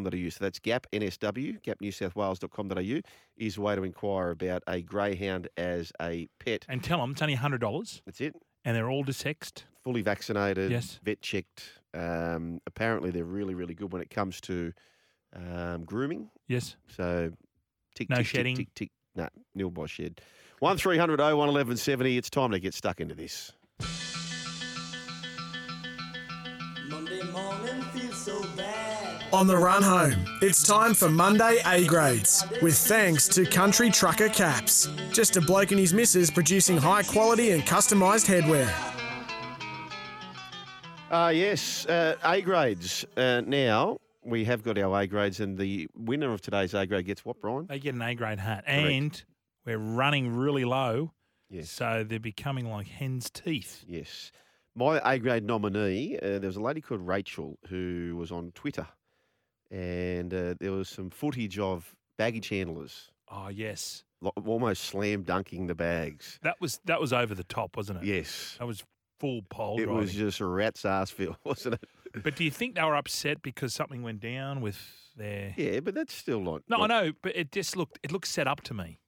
Speaker 2: So that's gapnsw, gapnewsouthwales.com.au is a way to inquire about a greyhound as a pet.
Speaker 3: And tell them it's only $100
Speaker 2: That's it.
Speaker 3: and they're all dissexed.
Speaker 2: Fully vaccinated,
Speaker 3: Yes.
Speaker 2: vet checked. Um, apparently, they're really, really good when it comes to um, grooming.
Speaker 3: Yes.
Speaker 2: So tick,
Speaker 3: No
Speaker 2: tick,
Speaker 3: shedding.
Speaker 2: tick, tick, tick. No, nil by shed. 1300 01 1170. It's time to get stuck into this.
Speaker 1: On the run home, it's time for Monday A grades, with thanks to Country Trucker Caps. Just a bloke and his missus producing high quality and customised headwear.
Speaker 2: Uh, yes, uh, A grades. Uh, now we have got our A grades, and the winner of today's A grade gets what, Brian?
Speaker 3: They get an A grade hat. And we're running really low
Speaker 2: Yes.
Speaker 3: So they're becoming like hen's teeth.
Speaker 2: Yes. My A grade nominee, uh, there was a lady called Rachel who was on Twitter, and uh, there was some footage of baggage handlers
Speaker 3: Oh yes,
Speaker 2: lo- almost slam dunking the bags.
Speaker 3: that was that was over the top, wasn't it?
Speaker 2: Yes.
Speaker 3: that was full pole
Speaker 2: It
Speaker 3: driving.
Speaker 2: was just a rat's ass feel, wasn't it?
Speaker 3: But do you think they were upset because something went down with their?
Speaker 2: Yeah, but that's still not.
Speaker 3: No,
Speaker 2: not-
Speaker 3: I know, but it just looked it looked set up to me.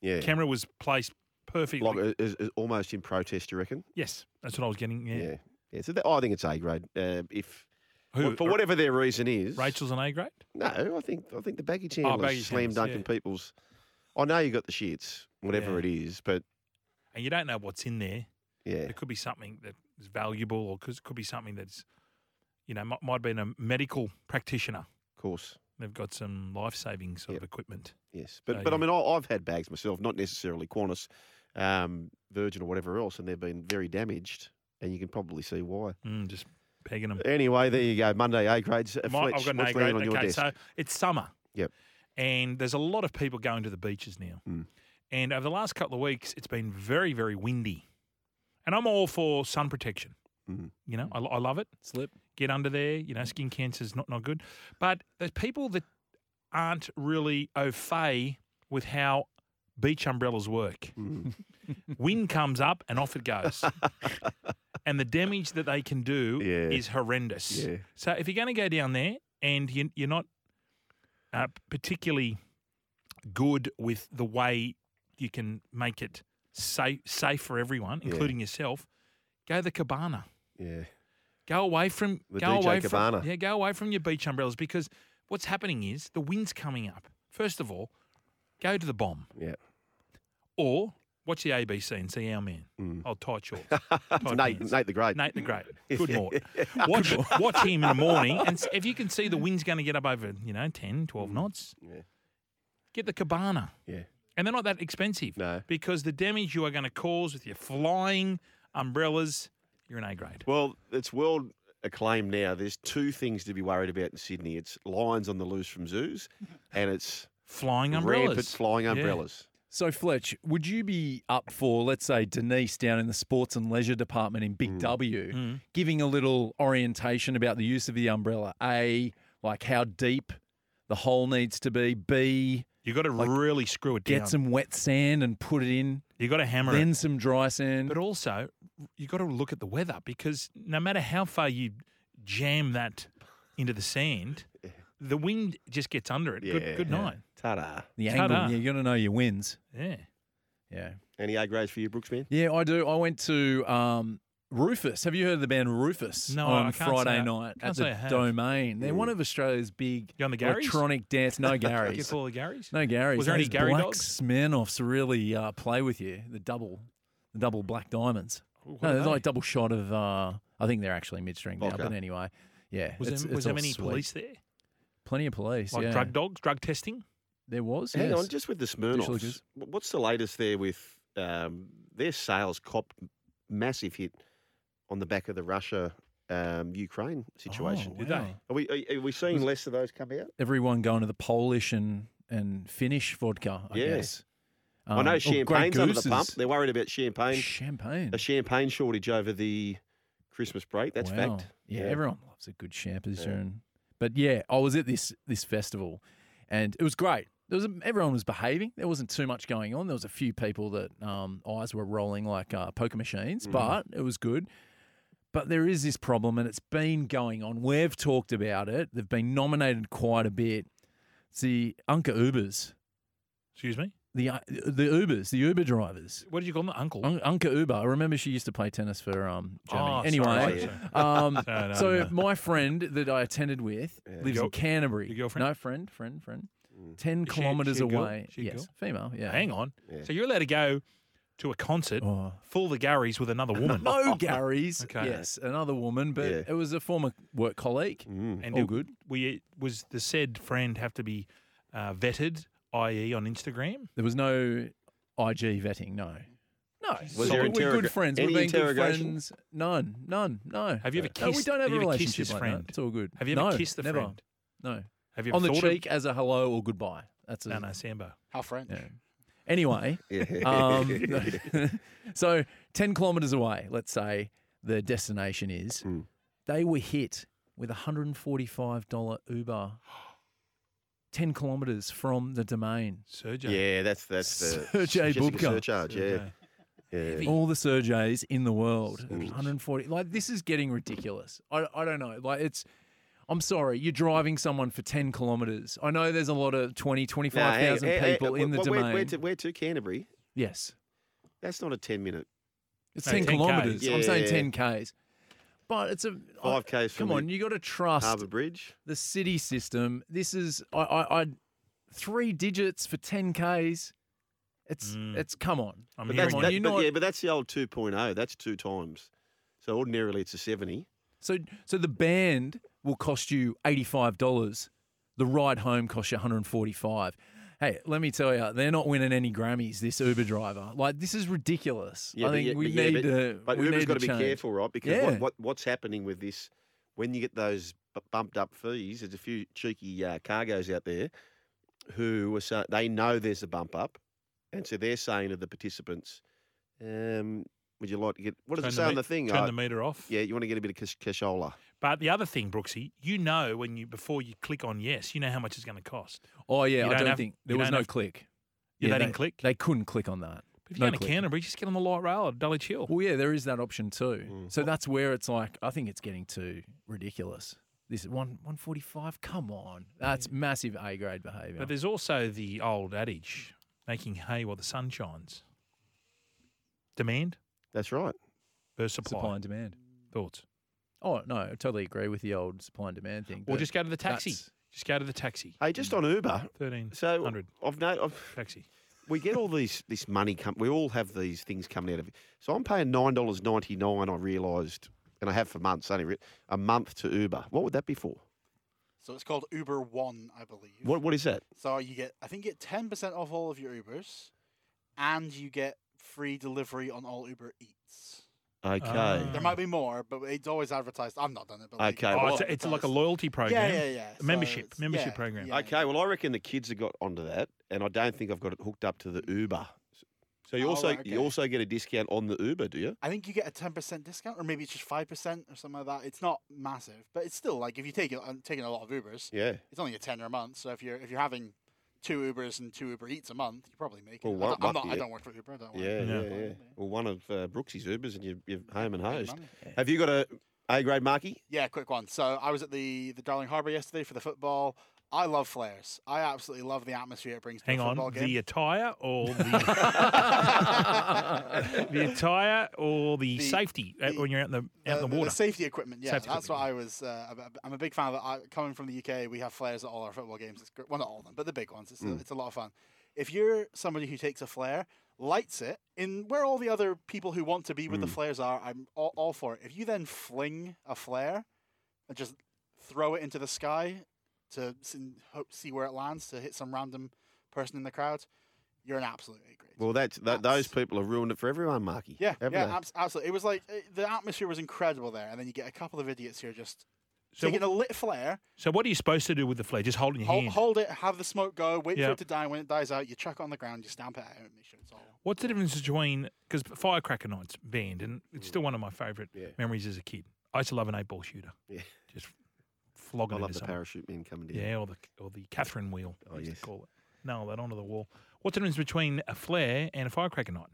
Speaker 2: Yeah.
Speaker 3: Camera was placed perfectly.
Speaker 2: like, uh, is- is almost in protest, you reckon?
Speaker 3: yes, that's what I was getting. Yeah.
Speaker 2: Yeah. Yeah, so that, I think it's A grade. Uh, if
Speaker 3: Who
Speaker 2: for whatever their reason is,
Speaker 3: Rachel's an A grade.
Speaker 2: No, I think I think the baggage handlers
Speaker 3: baggage
Speaker 2: slam
Speaker 3: handlers,
Speaker 2: dunking
Speaker 3: yeah.
Speaker 2: people's. I know you got the shits, whatever
Speaker 3: Yeah.
Speaker 2: it is, but
Speaker 3: and you don't know what's in there.
Speaker 2: yeah,
Speaker 3: It could be something that is valuable, or could, could be something that's, you know, might, might have been a medical practitioner.
Speaker 2: of course,
Speaker 3: They've got some life-saving sort
Speaker 2: Yep.
Speaker 3: of equipment.
Speaker 2: yes. But
Speaker 3: So,
Speaker 2: but I
Speaker 3: uh, yeah.
Speaker 2: mean, I, I've had bags myself, not necessarily Qantas, um, Virgin, or whatever else, and they've been very damaged, and you can probably see why.
Speaker 3: Mm, just pegging them.
Speaker 2: Anyway, there you go. Monday A grades. Uh,
Speaker 3: My-
Speaker 2: Fletch,
Speaker 3: I've got an
Speaker 2: what's
Speaker 3: A grade.
Speaker 2: landing on your
Speaker 3: okay,
Speaker 2: desk?
Speaker 3: so it's summer.
Speaker 2: Yep.
Speaker 3: And there's a lot of people going to the beaches now.
Speaker 2: Mm.
Speaker 3: And over the last couple of weeks, it's been very, very windy. And I'm all for sun protection.
Speaker 2: Mm.
Speaker 3: You know, I, I love it.
Speaker 6: Slip.
Speaker 3: get under there. You know, skin cancer's not not good. But there's people that aren't really au fait with how beach umbrellas work.
Speaker 2: Hmm.
Speaker 3: Wind comes up and off it goes. and the damage that they can do
Speaker 2: Yeah.
Speaker 3: is horrendous.
Speaker 2: Yeah.
Speaker 3: So if you're going to go down there and you, you're not uh, particularly good with the way you can make it safe safe for everyone,
Speaker 2: Yeah.
Speaker 3: including yourself, go to the cabana
Speaker 2: yeah,
Speaker 3: go away from
Speaker 2: The
Speaker 3: go
Speaker 2: DJ
Speaker 3: away
Speaker 2: Cabana.
Speaker 3: from yeah, go away from your beach umbrellas because what's happening is the wind's coming up. First of all, go to the bomb
Speaker 2: yeah.
Speaker 3: or watch the ABC and see our man. Oh, tight shorts. tight
Speaker 2: Hmm. Nate,
Speaker 3: pants.
Speaker 2: Nate the Great.
Speaker 3: Nate the Great. Good mort. Watch, watch him in the morning. And s- if you can see the wind's going to get up over, you know, 10, 12 knots,
Speaker 2: Hmm. Yeah.
Speaker 3: get the cabana.
Speaker 2: Yeah.
Speaker 3: And they're not that expensive.
Speaker 2: No.
Speaker 3: Because the damage you are going to cause with your flying umbrellas, you're an A grade.
Speaker 2: Well, it's world acclaim now. There's two things to be worried about in Sydney. It's lions on the loose from zoos, and it's
Speaker 3: Flying umbrellas.
Speaker 2: rampant flying
Speaker 3: Yeah.
Speaker 2: umbrellas.
Speaker 6: So, Fletch, would you be up for, let's say, Denise down in the sports and leisure department in
Speaker 2: Mm.
Speaker 6: Big W,
Speaker 3: Mm.
Speaker 6: giving a little orientation about the use of the umbrella? A, like how deep the hole needs to be. B,
Speaker 3: You got to really screw it
Speaker 6: get
Speaker 3: down.
Speaker 6: some wet sand and put it in,
Speaker 3: you got to hammer
Speaker 6: then
Speaker 3: it.
Speaker 6: some dry sand.
Speaker 3: But also, you got to look at the weather because no matter how far you jam that into the sand, the wind just gets under it.
Speaker 2: Yeah.
Speaker 3: Good, good
Speaker 2: Yeah.
Speaker 3: night.
Speaker 2: Ta-da.
Speaker 6: the
Speaker 3: Ta-da.
Speaker 6: angle, yeah, you got to know your winds.
Speaker 3: Yeah.
Speaker 6: Yeah.
Speaker 2: Any A grades for you, Brooks, man?
Speaker 6: Yeah, I do. I went to um, Rufus. Have you heard of the band Rufus?
Speaker 3: No,
Speaker 6: on
Speaker 3: I can't
Speaker 6: Friday
Speaker 3: say I-
Speaker 6: night
Speaker 3: can't
Speaker 6: at
Speaker 3: say I
Speaker 6: the
Speaker 3: have.
Speaker 6: Domain. They're one of Australia's big
Speaker 3: You on the Garys?
Speaker 6: electronic dance. No
Speaker 3: Get
Speaker 6: Garys.
Speaker 3: full of Gary's.
Speaker 6: No Garys.
Speaker 3: Was there any
Speaker 6: Those
Speaker 3: Gary
Speaker 6: black
Speaker 3: dogs?
Speaker 6: Smirnoffs really uh, play with you. The double, the double black diamonds.
Speaker 3: what
Speaker 6: no,
Speaker 3: are
Speaker 6: they're
Speaker 3: they?
Speaker 6: like double shot of. Uh, I think they're actually midstream now.
Speaker 2: Vodka.
Speaker 6: But anyway, yeah.
Speaker 3: Was,
Speaker 6: it's-
Speaker 3: there,
Speaker 6: it's
Speaker 3: was there
Speaker 6: all
Speaker 3: many
Speaker 6: sweet.
Speaker 3: police there?
Speaker 6: Plenty of police.
Speaker 3: Like
Speaker 6: yeah.
Speaker 3: drug dogs, drug testing?
Speaker 6: There was.
Speaker 2: Hang
Speaker 6: yes.
Speaker 2: on, just with the Smirnoffs,
Speaker 6: Lucas.
Speaker 2: wh- what's the latest there with um, their sales copped massive hit on the back of the Russia um, Ukraine situation?
Speaker 3: Did
Speaker 6: wow.
Speaker 3: they?
Speaker 2: Are we are, are we seeing less of those come out?
Speaker 6: everyone going to the Polish and, and Finnish vodka, I
Speaker 2: Yeah.
Speaker 6: guess.
Speaker 2: I
Speaker 6: Um,
Speaker 2: know
Speaker 6: or Grey
Speaker 2: champagne's under the
Speaker 6: Goose
Speaker 2: pump.
Speaker 6: is-
Speaker 2: They're worried about champagne,
Speaker 6: Champagne.
Speaker 2: a champagne shortage over the Christmas break. That's
Speaker 6: Wow.
Speaker 2: fact.
Speaker 6: Yeah, everyone loves a good champagne. But yeah, I was at this this festival, and it was great. There was a, everyone was behaving. There wasn't too much going on. There was a few people that um, eyes were rolling like uh, poker machines,
Speaker 2: Mm.
Speaker 6: but it was good. But there is this problem, and it's been going on. We've talked about it. They've been nominated quite a bit. It's the Unca Ubers,
Speaker 3: Excuse me?
Speaker 6: the uh, the Ubers, the Uber drivers.
Speaker 3: What did you call them? Uncle?
Speaker 6: Un- Unca Uber. I remember she used to play tennis for um, Germany.
Speaker 3: Oh, sorry,
Speaker 6: anyway,
Speaker 3: sorry,
Speaker 6: um,
Speaker 3: No, no,
Speaker 6: so
Speaker 3: no.
Speaker 6: my friend that I attended with lives
Speaker 3: Your-
Speaker 6: in Canterbury.
Speaker 3: your girlfriend?
Speaker 6: No, friend, friend, friend.
Speaker 3: Mm.
Speaker 6: Ten
Speaker 3: Is she-
Speaker 6: kilometres
Speaker 3: she a girl?
Speaker 6: away.
Speaker 3: She a
Speaker 6: yes,
Speaker 3: girl?
Speaker 6: female. Yeah.
Speaker 3: Hang on. So you're allowed to go to a concert,
Speaker 6: Oh.
Speaker 3: full the Gary's with another woman.
Speaker 6: No Gary's.
Speaker 3: Okay.
Speaker 6: Yes, another woman, but
Speaker 2: Yeah.
Speaker 6: it was a former work colleague.
Speaker 3: And
Speaker 6: All
Speaker 3: do-
Speaker 6: good.
Speaker 3: We was the said friend have to be uh, vetted, i.e., on Instagram.
Speaker 6: There was no IG vetting. No. No.
Speaker 2: Was
Speaker 6: so
Speaker 2: there
Speaker 6: we're
Speaker 2: interroga-
Speaker 6: good friends.
Speaker 2: any
Speaker 6: We've been good
Speaker 2: interrogation?
Speaker 6: friends. None. None. No.
Speaker 3: Have you ever
Speaker 6: No, we
Speaker 3: kissed-
Speaker 6: don't have,
Speaker 3: have you
Speaker 6: a
Speaker 3: ever
Speaker 6: relationship
Speaker 3: kissed this
Speaker 6: like
Speaker 3: friend?
Speaker 6: That. It's all good.
Speaker 3: Have you ever
Speaker 6: No,
Speaker 3: kissed the
Speaker 6: never.
Speaker 3: friend?
Speaker 6: No.
Speaker 3: Have you ever
Speaker 6: On the
Speaker 3: thought
Speaker 6: cheek
Speaker 3: Of,
Speaker 6: as a hello or goodbye. That's a,
Speaker 3: no, no, Sambo.
Speaker 7: How French.
Speaker 6: Yeah. Anyway, um, so 10 kilometres away, let's say the destination is, they were hit with a $145 Uber 10 kilometres from the domain.
Speaker 3: Sergio.
Speaker 2: yeah, that's that's the
Speaker 6: Sergey
Speaker 2: Jessica
Speaker 6: Bubka.
Speaker 2: surcharge. Yeah,
Speaker 3: Sergey.
Speaker 2: yeah.
Speaker 6: All the Sergeys in the world. 140. Like, this is getting ridiculous. I, I don't know. Like, it's. I'm sorry, you're driving someone for 10 kilometres. I know there's a lot of 20,
Speaker 2: Nah, hang-
Speaker 6: 25,000
Speaker 2: eh, eh,
Speaker 6: people in the
Speaker 2: well,
Speaker 6: domain.
Speaker 2: We're, we're, to, we're to Canterbury.
Speaker 6: yes.
Speaker 2: That's not a ten minute.
Speaker 6: It's
Speaker 3: No,
Speaker 6: 10
Speaker 3: 10K.
Speaker 6: kilometres. I'm saying
Speaker 2: Yeah.
Speaker 6: 10 Ks. But it's a.
Speaker 2: Five Ks
Speaker 6: Come
Speaker 2: from
Speaker 6: on,
Speaker 2: the
Speaker 6: you got to trust
Speaker 2: Harbour Bridge.
Speaker 6: the city system. This is I, I, I three digits for ten k's. It's
Speaker 3: Mm.
Speaker 6: it's come on. Come
Speaker 3: I'm
Speaker 2: But that's,
Speaker 3: hearing
Speaker 6: on,
Speaker 2: that,
Speaker 6: you know
Speaker 2: but, yeah,
Speaker 6: what-
Speaker 2: but that's the old 2.0. That's two times. So ordinarily it's a 70.
Speaker 6: So so the band will cost you eighty five dollars. The ride home costs you one hundred and forty five. Hey, let me tell you, they're not winning any Grammys. This Uber driver, like this, is ridiculous. I
Speaker 2: but
Speaker 6: think we
Speaker 2: yeah,
Speaker 6: need
Speaker 2: but,
Speaker 6: to.
Speaker 2: But
Speaker 6: we
Speaker 2: Uber's
Speaker 6: need
Speaker 2: got to be
Speaker 6: change.
Speaker 2: careful, right? Because
Speaker 6: Yeah.
Speaker 2: what, what what's happening with this? When you get those b- bumped up fees, there's a few cheeky uh, cargos out there who are saying they know there's a bump up, and so they're saying to the participants, um, "Would you like to get what does
Speaker 3: Turn
Speaker 2: it say on
Speaker 3: me-
Speaker 2: the thing?
Speaker 3: Turn
Speaker 2: Uh,
Speaker 3: the meter off.
Speaker 2: yeah, you want to get a bit of cash- cashola.
Speaker 3: But the other thing, Brooksy, you know when you before you click on yes, you know how much it's going to cost.
Speaker 6: Oh yeah,
Speaker 3: You
Speaker 6: I
Speaker 3: don't
Speaker 6: don't
Speaker 3: have-
Speaker 6: think
Speaker 3: you
Speaker 6: there was
Speaker 3: don't
Speaker 6: no
Speaker 3: have-
Speaker 6: click.
Speaker 3: Yeah, they didn't click?
Speaker 6: They couldn't click on that.
Speaker 3: If
Speaker 6: No
Speaker 3: you're going to
Speaker 6: click.
Speaker 3: Canterbury, just get on the light rail at Dulwich Hill.
Speaker 6: Well, yeah, there is that option too.
Speaker 2: Mm.
Speaker 6: So that's where it's like I think it's getting too ridiculous. This one one forty five. Come on, that's massive A grade behaviour.
Speaker 3: But there's also the old adage, making hay while the sun shines. Demand
Speaker 2: That's right.
Speaker 3: versus supply.
Speaker 6: supply. and demand.
Speaker 3: Thoughts?
Speaker 6: Oh no, I totally agree with the old supply and demand thing.
Speaker 3: Or
Speaker 6: but
Speaker 3: just go to the taxi.
Speaker 6: that's-
Speaker 3: Just go to the taxi.
Speaker 2: Hey, just on Uber.
Speaker 3: Thirteen
Speaker 2: So
Speaker 3: hundred
Speaker 2: I've, no, I've
Speaker 3: taxi.
Speaker 2: we get all these this money come we all have these things coming out of it. So I'm paying nine dollars ninety nine, I realised and I have for months only re- a month to Uber. What would that be for?
Speaker 7: So it's called Uber One, I believe.
Speaker 2: What what is that?
Speaker 7: So you get, I think, you get ten percent off all of your Ubers, and you get free delivery on all Uber Eats.
Speaker 2: Okay.
Speaker 3: Ah.
Speaker 7: There might be more, but it's always advertised. I've not done it, but like,
Speaker 2: Okay,
Speaker 7: a
Speaker 2: well,
Speaker 3: Oh,
Speaker 7: lot
Speaker 3: it's,
Speaker 7: of
Speaker 3: it's like a
Speaker 7: advertised.
Speaker 3: loyalty program.
Speaker 7: Yeah, yeah, yeah.
Speaker 3: A membership,
Speaker 7: it's-
Speaker 3: membership program.
Speaker 2: Okay, well I reckon the kids have got onto that and I don't think I've got it hooked up to the Uber. So you
Speaker 7: Oh,
Speaker 2: also
Speaker 7: right, okay.
Speaker 2: you also get a discount on the Uber, do you?
Speaker 7: I think you get a ten percent discount, or maybe it's just five percent or something like that. It's not massive, but it's still like if you take it, I'm taking a lot of Ubers.
Speaker 2: Yeah.
Speaker 7: It's only a tenner a month, so if you're if you're having two Ubers and two Uber Eats a month, you probably make it.
Speaker 2: Well,
Speaker 7: I
Speaker 2: one-
Speaker 7: don't-
Speaker 2: one-
Speaker 7: I'm not,
Speaker 2: yeah.
Speaker 7: I don't work for Uber. I don't work
Speaker 2: Yeah,
Speaker 3: Yeah.
Speaker 2: yeah, yeah. Well, one of uh, Brooksy's Ubers, and you're, you're home and hosed.
Speaker 7: money.
Speaker 2: Have you got a A grade marquee?
Speaker 7: Yeah, quick one. So I was at the the Darling Harbour yesterday for the football. I love flares. I absolutely love the atmosphere it brings to
Speaker 3: Hang
Speaker 7: a
Speaker 3: on,
Speaker 7: football game.
Speaker 3: the attire or the, the attire or the,
Speaker 7: The-
Speaker 3: safety uh,
Speaker 7: the-
Speaker 3: when you're out in the out
Speaker 7: the,
Speaker 3: in the water.
Speaker 7: safety equipment. Yeah,
Speaker 3: Safety
Speaker 7: that's what I was. Uh, a- a- I'm a big fan of that. I, coming from the UK, we have flares at all our football games. It's great. Well, not all of them, but the big ones. It's, a, it's a lot of fun. If you're somebody who takes a flare, lights it in where all the other people who want to be with the flares are, I'm all, all for it. If you then fling a flare and just throw it into the sky to see, hope, see where it lands to hit some random person in the crowd, you're an absolute A grade.
Speaker 2: Well, that's, that
Speaker 7: That's-
Speaker 2: those people have ruined it for everyone, Marky.
Speaker 7: Yeah,
Speaker 2: haven't
Speaker 7: yeah,
Speaker 2: they?
Speaker 7: abs- absolutely. It was like uh, the atmosphere was incredible there, and then you get a couple of idiots here just
Speaker 3: So
Speaker 7: taking a lit flare,
Speaker 3: So what are you supposed to do with the flare? Just hold it in your
Speaker 7: hold,
Speaker 3: hand.
Speaker 7: hold it, have the smoke go, wait
Speaker 3: Yeah.
Speaker 7: for it to die. When it dies out, you chuck it on the ground, you stamp it out, and make sure it's all.
Speaker 3: What's the difference between because firecracker nights banned, and it's still one of my favourite memories as a kid. I used to love an eight ball shooter.
Speaker 2: Yeah.
Speaker 3: just flogging.
Speaker 2: I
Speaker 3: it
Speaker 2: love
Speaker 3: to
Speaker 2: the
Speaker 3: someone.
Speaker 2: parachute men coming down.
Speaker 3: Yeah, or the or the Catherine wheel.
Speaker 2: Oh,
Speaker 3: I used
Speaker 2: yes.
Speaker 3: to call it. No, that onto the wall. What's the difference between a flare and a firecracker night?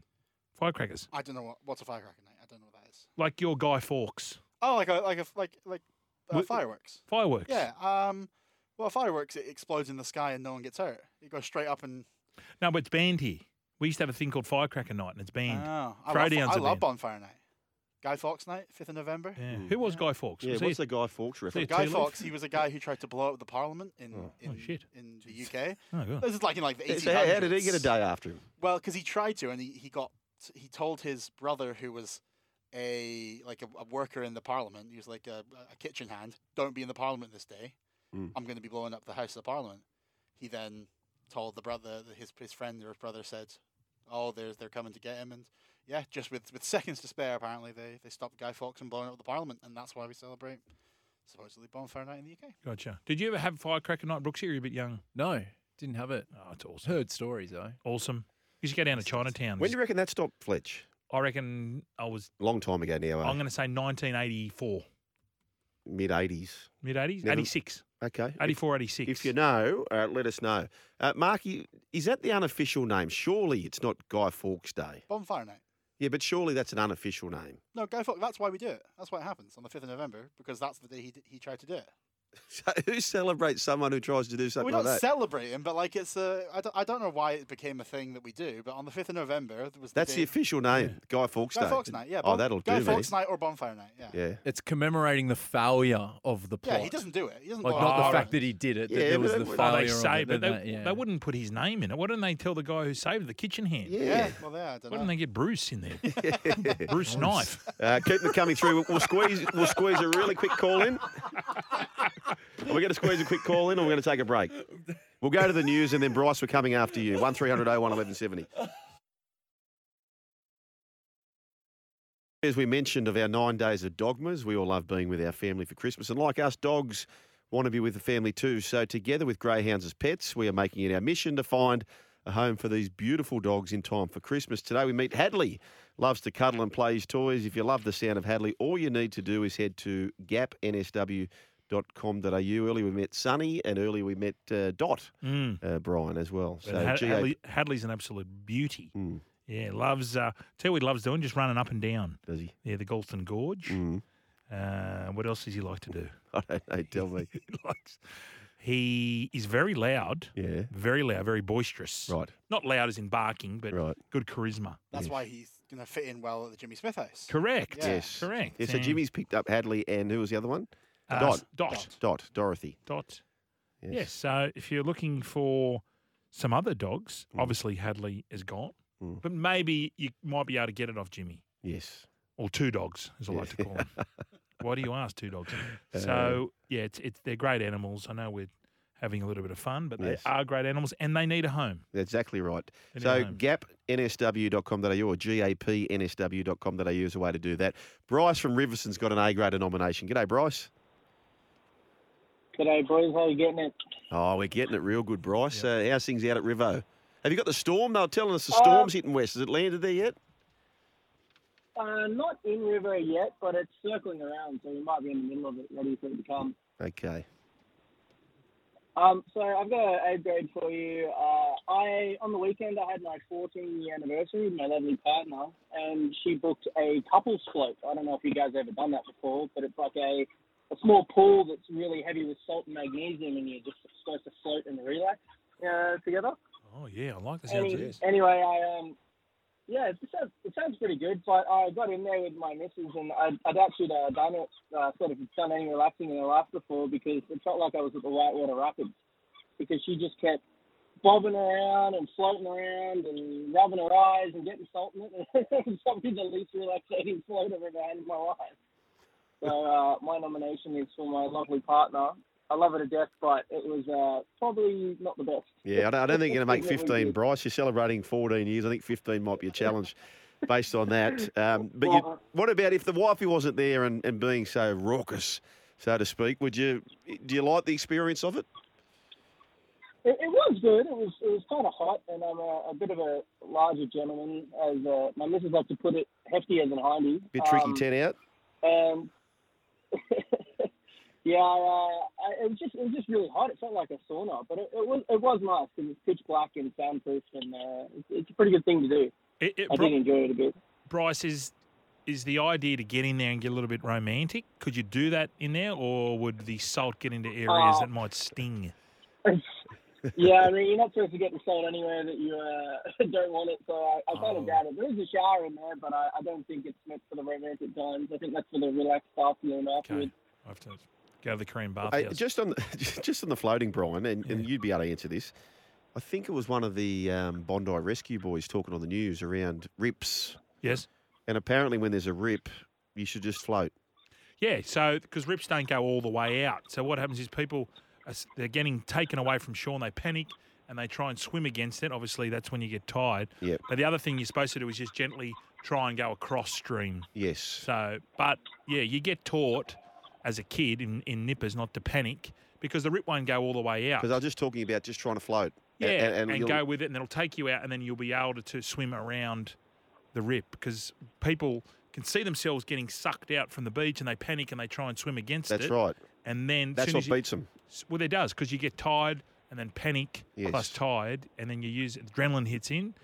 Speaker 3: Firecrackers,
Speaker 7: I don't know what what's a firecracker night. I don't know what that is.
Speaker 3: like your Guy Fawkes
Speaker 7: Oh, like a like a like like uh,
Speaker 3: Wi-
Speaker 7: fireworks.
Speaker 3: fireworks.
Speaker 7: Yeah. Um. Well, fireworks it explodes in the sky and no one gets hurt. It goes straight up and.
Speaker 3: No, but it's banned here. We used to have a thing called firecracker night, and it's banned.
Speaker 2: Ah,
Speaker 7: Oh, I love,
Speaker 3: Throwdowns
Speaker 7: I
Speaker 3: are
Speaker 7: love
Speaker 3: banned.
Speaker 7: bonfire night. Guy Fawkes night, fifth of November.
Speaker 3: yeah. Who was Guy Fawkes?
Speaker 2: Yeah,
Speaker 3: Was he-
Speaker 2: what's the Guy Fawkes reference?
Speaker 3: it-
Speaker 7: Guy
Speaker 3: Tea leaf?
Speaker 7: Fawkes, he was a guy who tried to blow up the parliament in in,
Speaker 3: Oh, shit.
Speaker 7: in the UK.
Speaker 3: Oh, God.
Speaker 7: This is like in like the 1800s.
Speaker 2: So how, how did he get a day after him?
Speaker 7: Well, because he tried to, and he, he got he told his brother who was a like a, a worker in the parliament. He was like a, a kitchen hand. Don't be in the parliament this day.
Speaker 4: mm.
Speaker 7: I'm going to be blowing up the House of Parliament. He then told the brother, his his friend or his brother said, "Oh, they're they're coming to get him." And yeah, just with, with seconds to spare, apparently they they stopped Guy Fawkes from blowing up the Parliament, and that's why we celebrate supposedly bonfire night in the UK.
Speaker 3: Gotcha. Did you ever have firecracker night, Brooksy? Or are you a bit young?
Speaker 6: no, didn't have it.
Speaker 3: Oh, it's awesome.
Speaker 6: Heard stories though.
Speaker 3: Awesome. used to go down to Chinatown.
Speaker 2: When do you reckon that stopped, Fletch?
Speaker 3: I reckon I was.
Speaker 2: Long time ago now,
Speaker 3: I'm
Speaker 2: eh?
Speaker 3: going to say 1984,
Speaker 2: mid 80s.
Speaker 3: mid 80s,
Speaker 2: Never-
Speaker 3: 86,
Speaker 2: Okay.
Speaker 3: 84, 86.
Speaker 2: If you know, uh, let us know. Uh, Marky, is that the unofficial name? Surely it's not Guy Fawkes Day.
Speaker 7: Bonfire night.
Speaker 2: Yeah, but surely that's an unofficial name.
Speaker 7: No, go fuck. That's why we do it. That's why it happens on the fifth of November because that's the day he d- he tried to do it.
Speaker 2: So who celebrates someone who tries to do
Speaker 7: Well,
Speaker 2: something
Speaker 7: we don't
Speaker 2: like that?
Speaker 7: celebrate him, but like it's a. I don't, I don't know why it became a thing that we do, but on the fifth of November there was the
Speaker 2: that's
Speaker 7: day,
Speaker 2: the official name, Guy Fawkes
Speaker 7: Guy
Speaker 2: Day.
Speaker 7: Fawkes night. Yeah.
Speaker 2: oh,
Speaker 7: Bon-
Speaker 2: that'll
Speaker 7: Guy
Speaker 2: do,
Speaker 7: Fawkes
Speaker 2: mate.
Speaker 7: night or bonfire night. Yeah.
Speaker 2: Yeah.
Speaker 6: It's commemorating the failure of the plot.
Speaker 7: Yeah, he doesn't do it. Oh, He doesn't.
Speaker 6: Like
Speaker 7: go
Speaker 6: not
Speaker 7: out
Speaker 6: the
Speaker 7: and
Speaker 6: fact
Speaker 7: do it.
Speaker 6: that he did it. That
Speaker 2: Yeah,
Speaker 6: there was
Speaker 2: but
Speaker 6: the
Speaker 2: they-
Speaker 3: Oh,
Speaker 6: failure.
Speaker 3: they
Speaker 6: of
Speaker 3: say,
Speaker 6: it,
Speaker 3: but they,
Speaker 6: didn't yeah.
Speaker 3: they wouldn't put his name in it. Why didn't they tell the guy who saved the kitchen hand?
Speaker 7: Yeah. Well, yeah. I don't
Speaker 3: Why
Speaker 7: know.
Speaker 3: didn't they get Bruce in there? Bruce Knife.
Speaker 2: Uh, keep them coming through. We'll, we'll squeeze. We'll squeeze a really quick call in. Are we going to squeeze a quick call in, or we're going to take a break? We'll go to the news, and then Bryce, we're coming after you. One 1170 As we mentioned of our nine days of dogmas, we all love being with our family for Christmas, and like us, dogs want to be with the family too. So, together with greyhounds as pets, we are making it our mission to find a home for these beautiful dogs in time for Christmas. Today, we meet Hadley loves to cuddle and play his toys. If you love the sound of Hadley, all you need to do is head to gapnsw.com.au. Earlier we met Sonny and earlier we met uh, Dot,
Speaker 3: Mm.
Speaker 2: uh, Brian, as well. So,
Speaker 3: But Had-
Speaker 2: GA
Speaker 3: Hadley, Hadley's an absolute beauty.
Speaker 2: Mm.
Speaker 3: Yeah, loves. Uh, tell you what he loves doing, just running up and down.
Speaker 2: does he?
Speaker 3: Yeah, the Galton Gorge.
Speaker 2: Mm.
Speaker 3: Uh, what else does he like to do?
Speaker 2: I don't know. Tell me.
Speaker 3: he likes. He is very loud.
Speaker 2: Yeah.
Speaker 3: Very loud. Very boisterous.
Speaker 2: Right.
Speaker 3: Not loud as in barking, but
Speaker 2: Right.
Speaker 3: good charisma.
Speaker 7: That's why he's gonna fit in well at the Jimmy Smith house.
Speaker 3: Correct.
Speaker 7: Yeah.
Speaker 2: Yes.
Speaker 3: Correct.
Speaker 2: Yeah, so
Speaker 3: And,
Speaker 2: Jimmy's picked up Hadley and who was the other one?
Speaker 3: uh,
Speaker 2: Dot.
Speaker 3: s- Dot. Dot.
Speaker 2: Dot. Dorothy.
Speaker 3: Yes. So if you're looking for some other dogs,
Speaker 2: Hmm.
Speaker 3: obviously Hadley is gone,
Speaker 2: Mm.
Speaker 3: but maybe you might be able to get it off Jimmy.
Speaker 2: Yes.
Speaker 3: or two dogs, as I like to call them. Why do you ask two dogs? So yeah, it's, it's they're great animals. I know we're having a little bit of fun, but
Speaker 2: Yes.
Speaker 3: they are great animals and they need a home.
Speaker 2: That's exactly right.
Speaker 3: Any
Speaker 2: So
Speaker 3: home.
Speaker 2: gapnsw.com.au or gapnsw.com.au is a way to do that. Bryce from Riverson's got an A grade nomination. G'day, Bryce.
Speaker 8: G'day, boys. How you getting it?
Speaker 2: Oh, we're getting it real good, Bryce. Uh, how's things out at Rivo? Have you got the storm? They were telling us the storm's hitting west. Has it landed there yet?
Speaker 8: Uh, not in River yet, but it's circling around, so we might be in the middle of it, ready for it to come.
Speaker 2: Okay.
Speaker 8: Um, so I've got an A grade for you. Uh, I on the weekend I had my 14 year anniversary with my lovely partner, and she booked a couples float. I don't know if you guys ever done that before, but it's like a a small pool that's really heavy with salt and magnesium, and you're just supposed to float and relax uh, together.
Speaker 3: Oh yeah, I like the sound
Speaker 8: Any,
Speaker 3: of this.
Speaker 8: Anyway, I um, yeah, it sounds it sounds pretty good. But I got in there with my missus, and I'd, I'd actually uh, done it, uh, sort of done any relaxing in her life before because it felt like I was at the Whitewater Rapids because she just kept bobbing around and floating around and rubbing her eyes and getting salt in it. And it was probably the least relaxating float I've ever had in my life. So uh, my nomination is for my lovely partner. I love her to death, but it was uh, probably not the best.
Speaker 2: Yeah, I don't, I don't think you're going to make
Speaker 8: What we
Speaker 2: 15,
Speaker 8: did.
Speaker 2: Bryce. You're celebrating 14 years. I think 15 might be a challenge based on that. Um, but you, what about if the wifey wasn't there and, and being so raucous, so to speak? Would you do you like the experience of it?
Speaker 8: It, it was good. It was it was kind of hot, and I'm a, a bit of a larger gentleman, as uh, my missus likes to put it, hefty as an hindy.
Speaker 2: Bit tricky,
Speaker 8: Um,
Speaker 2: 10 out.
Speaker 8: um, yeah, uh, I, it was just it was just really hot. It felt like a sauna, but it, it was it was nice because it's pitch black and soundproof, and uh, it's, it's a pretty good thing to do.
Speaker 3: It, it,
Speaker 8: I
Speaker 3: Bri-
Speaker 8: did enjoy it a bit.
Speaker 3: Bryce is is the idea to get in there and get a little bit romantic? Could you do that in there, or would the salt get into areas
Speaker 8: Uh,
Speaker 3: that might sting?
Speaker 8: yeah, I mean, you're not supposed to get the salt anywhere that you uh, don't want it, so I, I kind
Speaker 3: Oh.
Speaker 8: of doubt it. There is a shower in there, but I, I don't think it's meant for the romantic times. I think that's for the relaxed afternoon afterwards.
Speaker 3: Okay, I have to go to the Korean
Speaker 2: Hey,
Speaker 3: bathhouse.
Speaker 2: just on the, just on the floating, Brian, and, and you'd be able to answer this. I think it was one of the um, Bondi rescue boys talking on the news around rips,
Speaker 3: yes.
Speaker 2: and apparently when there's a rip, you should just float.
Speaker 3: Yeah, so because rips don't go all the way out, so what happens is people are, s- they're getting taken away from shore and they panic and they try and swim against it. Obviously, that's when you get tired.
Speaker 2: Yep.
Speaker 3: But the other thing you're supposed to do is just gently try and go across stream.
Speaker 2: Yes.
Speaker 3: So, but yeah, you get taught as a kid in, in nippers not to panic because the rip won't go all the way out.
Speaker 2: Because I was just talking about just trying to float.
Speaker 3: Yeah,
Speaker 2: and-
Speaker 3: and,
Speaker 2: and you'll-
Speaker 3: go with it, and it'll take you out, and then you'll be able to, to swim around the rip because people can see themselves getting sucked out from the beach, and they panic and they try and swim against
Speaker 2: That's
Speaker 3: it.
Speaker 2: right.
Speaker 3: And then
Speaker 2: That's
Speaker 3: soon
Speaker 2: what
Speaker 3: as you-
Speaker 2: beats them.
Speaker 3: s- well, it does because you get tired and then panic
Speaker 2: Yes.
Speaker 3: plus tired, and then you use adrenaline hits in,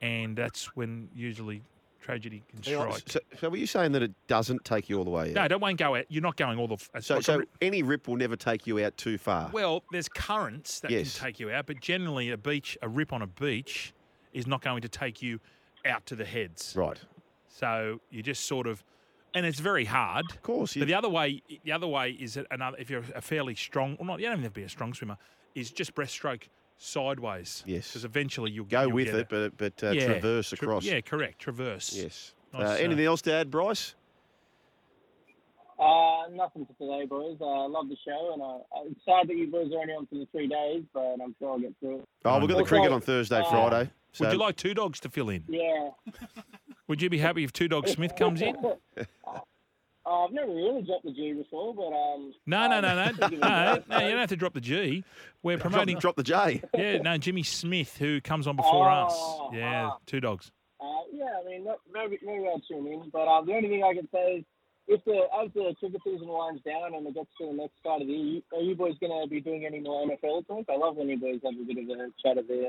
Speaker 3: and that's when usually tragedy can strike.
Speaker 2: So, so were you saying that it doesn't take you all the way
Speaker 3: no,
Speaker 2: out?
Speaker 3: don't won't go out. You're not going all the. f- it's
Speaker 2: So,
Speaker 3: like a
Speaker 2: so
Speaker 3: rip-
Speaker 2: any rip will never take you out too far.
Speaker 3: Well, there's currents that
Speaker 2: Yes.
Speaker 3: can take you out, but generally a beach, a rip on a beach, is not going to take you out to the heads.
Speaker 2: right. Of
Speaker 3: So you just sort of, and it's very hard.
Speaker 2: course. You,
Speaker 3: But the other way, the other way is that another. If you're a fairly strong, well, not you don't even have to be a strong swimmer. Is just breaststroke sideways.
Speaker 2: Yes.
Speaker 3: Because eventually you'll
Speaker 2: go
Speaker 3: you'll
Speaker 2: with
Speaker 3: get
Speaker 2: it, but, but uh,
Speaker 3: Yeah,
Speaker 2: traverse
Speaker 3: tra-
Speaker 2: across.
Speaker 3: yeah, correct. Traverse.
Speaker 2: Yes.
Speaker 3: Nice,
Speaker 2: uh,
Speaker 3: uh,
Speaker 2: anything else to add, Bryce?
Speaker 8: Uh, nothing for today, boys. I love the show, and I, I'm sad that you boys are only on for the three days, but I'm sure I'll get through it.
Speaker 2: Oh, we've got the cricket
Speaker 8: Also,
Speaker 2: on Thursday,
Speaker 8: uh,
Speaker 2: Friday. So
Speaker 3: Oh. Would you like two dogs to fill in?
Speaker 8: Yeah.
Speaker 3: Would you be happy if two dog Smith comes in?
Speaker 8: Uh, I've never really dropped the G before, but um.
Speaker 3: No, no,
Speaker 8: um,
Speaker 3: no, no,
Speaker 8: give it a
Speaker 3: no,
Speaker 8: go.
Speaker 3: no. You don't have to drop the G. We're
Speaker 2: drop,
Speaker 3: promoting.
Speaker 2: drop the J?
Speaker 3: Yeah, no, Jimmy Smith, who comes on before
Speaker 8: Oh,
Speaker 3: us. Yeah,
Speaker 8: ah.
Speaker 3: two dogs.
Speaker 8: Uh, yeah, I mean, not, maybe maybe I'll tune in, but um, the only thing I can say is, if the as the cricket season winds down and it gets to the next start of the year, you- are you boys going to be doing any more NFL talk? I love when you boys have a bit of a chat of the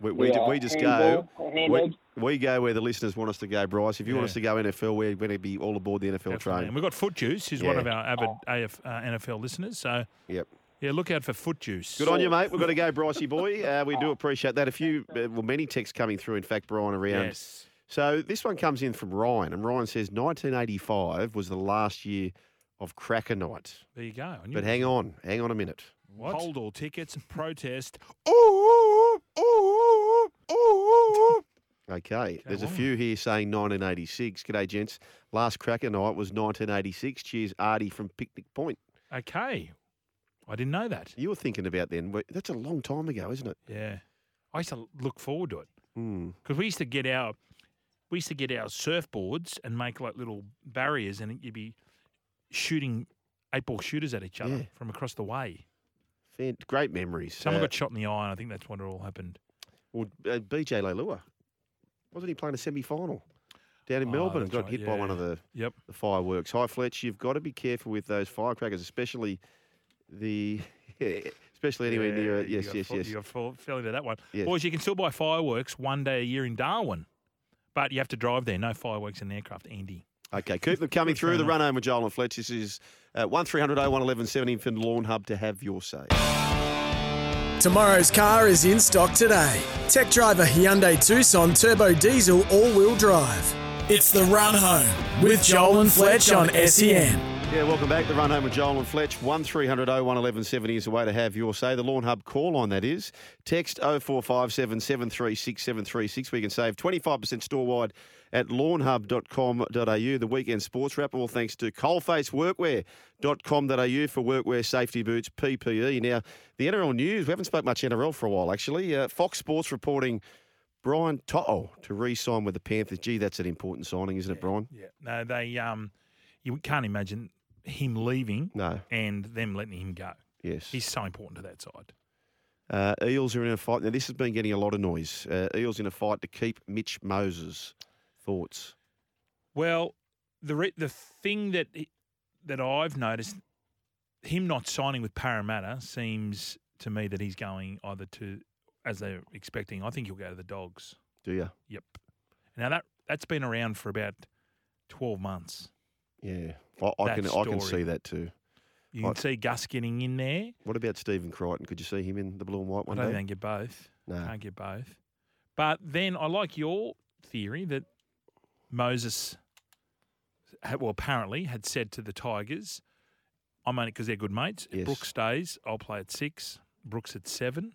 Speaker 2: We, we, ju-
Speaker 8: Yeah,
Speaker 2: we just go.
Speaker 8: handball, handball.
Speaker 2: We, we go where the listeners want us to go, Bryce. If you want
Speaker 3: Yeah.
Speaker 2: us to go NFL, we're going to be all aboard the NFL
Speaker 3: Definitely. And
Speaker 2: train.
Speaker 3: we've got Foot Juice, who's one
Speaker 2: Yeah. Oh.
Speaker 3: of our avid AF, uh, NFL listeners. So,
Speaker 2: Yep.
Speaker 3: yeah, look out for Foot Juice.
Speaker 2: Good on you, mate. We've got to go, Brycey boy. Uh, we do appreciate that. A few, uh, well, many texts coming through, in fact, Brian, around.
Speaker 3: Yes.
Speaker 2: So this one comes in from Ryan, and Ryan says 1985 was the last year of Cracker Night.
Speaker 3: There you go. I knew
Speaker 2: But
Speaker 3: it.
Speaker 2: hang on, hang on a minute.
Speaker 3: what? Hold all tickets and protest.
Speaker 2: Okay, there's a few here saying 1986. G'day, gents. Last Cracker Night was 1986. Cheers, Artie from Picnic Point.
Speaker 3: Okay. I didn't know that.
Speaker 2: You were thinking about then. wait, That's a long time ago, isn't it?
Speaker 3: Yeah. I used to look forward to it
Speaker 2: Hmm.
Speaker 3: because we used to get our we used to get our surfboards and make like little barriers, and you'd be shooting eight ball shooters at each other
Speaker 2: Yeah.
Speaker 3: from across the way.
Speaker 2: Fan- Great memories.
Speaker 3: Someone
Speaker 2: Uh,
Speaker 3: got shot in the eye, and I think that's when it all happened.
Speaker 2: Well, uh, BJ Leilua. Wasn't he playing a semi final down in
Speaker 3: Oh,
Speaker 2: Melbourne and
Speaker 3: that's
Speaker 2: got
Speaker 3: right,
Speaker 2: hit by one
Speaker 3: yeah.
Speaker 2: of the,
Speaker 3: Yep.
Speaker 2: the fireworks? Hi, Fletch. You've got to be careful with those firecrackers, especially the. Especially anywhere near it.
Speaker 3: Yeah,
Speaker 2: Yes,
Speaker 3: you got
Speaker 2: yes,
Speaker 3: fall-
Speaker 2: yes.
Speaker 3: You got fall- fell into that one.
Speaker 2: Yes.
Speaker 3: Boys, you can still buy fireworks one day a year in Darwin, but you have to drive there. No fireworks in the aircraft, Andy.
Speaker 2: Okay, keep them coming through. The run home with Joel and Fletch. This is uh, 1300 01 1170 from Lawn Hub to have your say.
Speaker 1: Tomorrow's car is in stock today. Tech driver Hyundai Tucson Turbo Diesel All Wheel Drive. It's the run home with Joel and Fletch on E SEN.
Speaker 2: Yeah, welcome back. The run home with Joel and Fletch. 1300 01 1170 is the way to have your say. The Lawn Hub call on that is. Text 0457 736 736. We can save 25% store wide at lawnhub.com.au. The weekend sports wrap, all thanks to coalfaceworkwear.com.au for workwear, safety boots, PPE. Now, the NRL news, we haven't spoke much NRL for a while, actually. Uh, Fox Sports reporting Brian To'o to re sign with the Panthers. Gee, that's an important signing, isn't it, Brian?
Speaker 3: Yeah. No, they um, you can't imagine him leaving
Speaker 2: No,
Speaker 3: and them letting him go.
Speaker 2: yes.
Speaker 3: He's so important to that side.
Speaker 2: Uh, Eels are in a fight. Now, this has been getting a lot of noise. Uh, Eels in a fight to keep Mitch Moses. Thoughts?
Speaker 3: Well, the re- the thing that he- that I've noticed him not signing with Parramatta seems to me that he's going either to as they're expecting. I think he'll go to the Dogs.
Speaker 2: Do you?
Speaker 3: Yep. Now that that's been around for about twelve months.
Speaker 2: Yeah, I, I
Speaker 3: That
Speaker 2: can. I can see
Speaker 3: story.
Speaker 2: that too.
Speaker 3: You can
Speaker 2: Right.
Speaker 3: see Gus getting in there.
Speaker 2: What about Stephen Crichton? Could you see him in the blue and white
Speaker 3: I
Speaker 2: one
Speaker 3: don't
Speaker 2: day?
Speaker 3: think you both.
Speaker 2: No.
Speaker 3: Can't get both. But then I like your theory that Moses, had, well, apparently had said to the Tigers, "I'm on it because they're good mates. If
Speaker 2: Yes.
Speaker 3: Brooks stays, I'll play at six. Brooks at seven.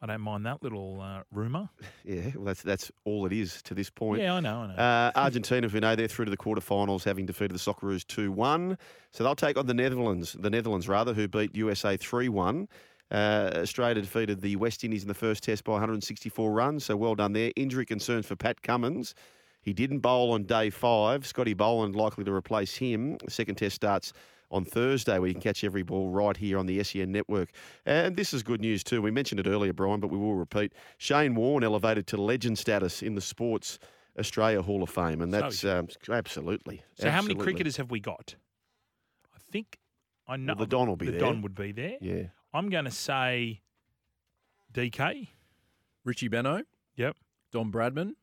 Speaker 3: I don't mind that little uh, rumor.
Speaker 2: Yeah, well, that's that's all it is to this point.
Speaker 3: Yeah, I know, I know.
Speaker 2: Uh, Argentina, as we know, they're through to the quarterfinals, having defeated the Socceroos 2 1. So they'll take on the Netherlands, the Netherlands rather, who beat USA 3 1. Uh, Australia defeated the West Indies in the first test by 164 runs, so well done there. Injury concerns for Pat Cummins. He didn't bowl on day five. Scotty Boland likely to replace him. The second test starts on Thursday, where you can catch every ball right here on the SEN network. And this is good news too. We mentioned it earlier, Brian, but we will repeat. Shane Warne elevated to legend status in the Sports Australia Hall of Fame, and
Speaker 3: So
Speaker 2: that's um, absolutely.
Speaker 3: So how many
Speaker 2: absolutely.
Speaker 3: cricketers have we got? I think I know
Speaker 2: Well, the Don will be
Speaker 3: the
Speaker 2: there.
Speaker 3: Don would be there.
Speaker 2: Yeah.
Speaker 3: I'm going to say DK.
Speaker 6: Richie Benno,
Speaker 3: Yep.
Speaker 6: Don Bradman.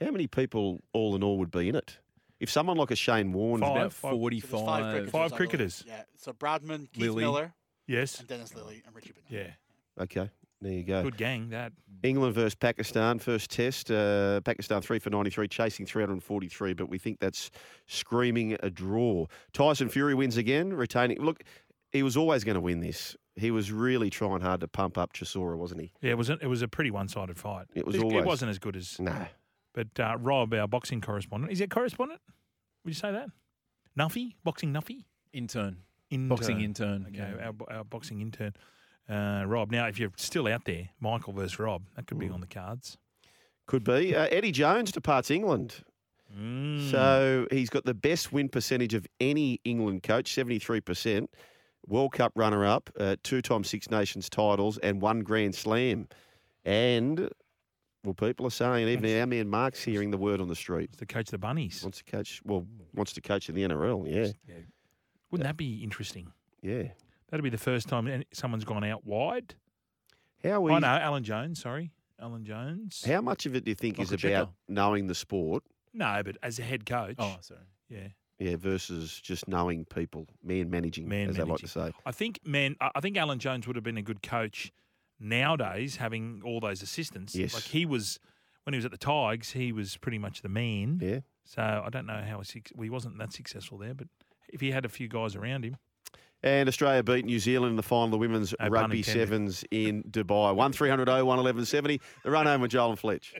Speaker 2: How many people all in all would be in it? If someone like a Shane Warne,
Speaker 3: Five.
Speaker 6: About
Speaker 7: So there's five
Speaker 6: forty-five.
Speaker 7: cricketers,
Speaker 3: Five
Speaker 7: I believe.
Speaker 3: cricketers.
Speaker 7: Yeah. So Bradman, Keith
Speaker 6: Lilly.
Speaker 7: Miller,
Speaker 3: Yes.
Speaker 7: and Dennis Lilly, and Richie Bennett.
Speaker 3: Yeah.
Speaker 2: okay, there you go.
Speaker 3: Good gang that.
Speaker 2: England versus Pakistan, first test. Uh, Pakistan three for 93, chasing 343, but we think that's screaming a draw. Tyson Fury wins again, retaining. Look, he was always going to win this. He was really trying hard to pump up Chisora, wasn't he?
Speaker 3: Yeah, it was a, it was a pretty one-sided fight.
Speaker 2: It was
Speaker 3: It,
Speaker 2: always-
Speaker 3: wasn't as good as.
Speaker 2: No.
Speaker 3: But uh, Rob, our boxing correspondent, is it correspondent? Would you say that? Nuffy, boxing Nuffy,
Speaker 6: Intern.
Speaker 3: intern.
Speaker 6: Boxing intern.
Speaker 3: Okay,
Speaker 6: yeah.
Speaker 3: our, bo- our boxing intern, uh, Rob. Now, if you're still out there, Michael versus Rob, that could be on the cards.
Speaker 2: Could be. Uh, Eddie Jones departs England.
Speaker 3: Mm.
Speaker 2: So he's got the best win percentage of any England coach, 73%. World Cup runner up, uh, two time Six Nations titles, and one Grand Slam. And, well, people are saying, even our man Mark's hearing the word on the street.
Speaker 3: to coach the bunnies.
Speaker 2: Wants to coach, well, wants to coach in the NRL. Yeah.
Speaker 3: Wouldn't that be interesting?
Speaker 2: Yeah.
Speaker 3: That'd be the first time any- someone's gone out wide.
Speaker 2: How,
Speaker 3: I
Speaker 2: easy,
Speaker 3: know, Alan Jones. Sorry, Alan Jones.
Speaker 2: how much of it do you think is
Speaker 6: Michael
Speaker 2: about
Speaker 6: Checker.
Speaker 2: knowing the sport?
Speaker 3: No, but as a head coach,
Speaker 6: Oh, sorry.
Speaker 3: yeah,
Speaker 2: Yeah, versus just knowing people, man managing,
Speaker 3: man.
Speaker 2: as they like to say.
Speaker 3: managing. I think man, I I think Alan Jones would have been a good coach nowadays, having all those assistants.
Speaker 2: Yes.
Speaker 3: like he was when he was at the Tigers. He was pretty much the man.
Speaker 2: Yeah.
Speaker 3: So I don't know how suc- well, he wasn't that successful there, but if he had a few guys around him,
Speaker 2: And Australia beat New Zealand in the final of the women's
Speaker 3: No pun
Speaker 2: rugby
Speaker 3: intended.
Speaker 2: oh, sevens in Dubai. 1300 01 1170. The run home with Joel and Fletch.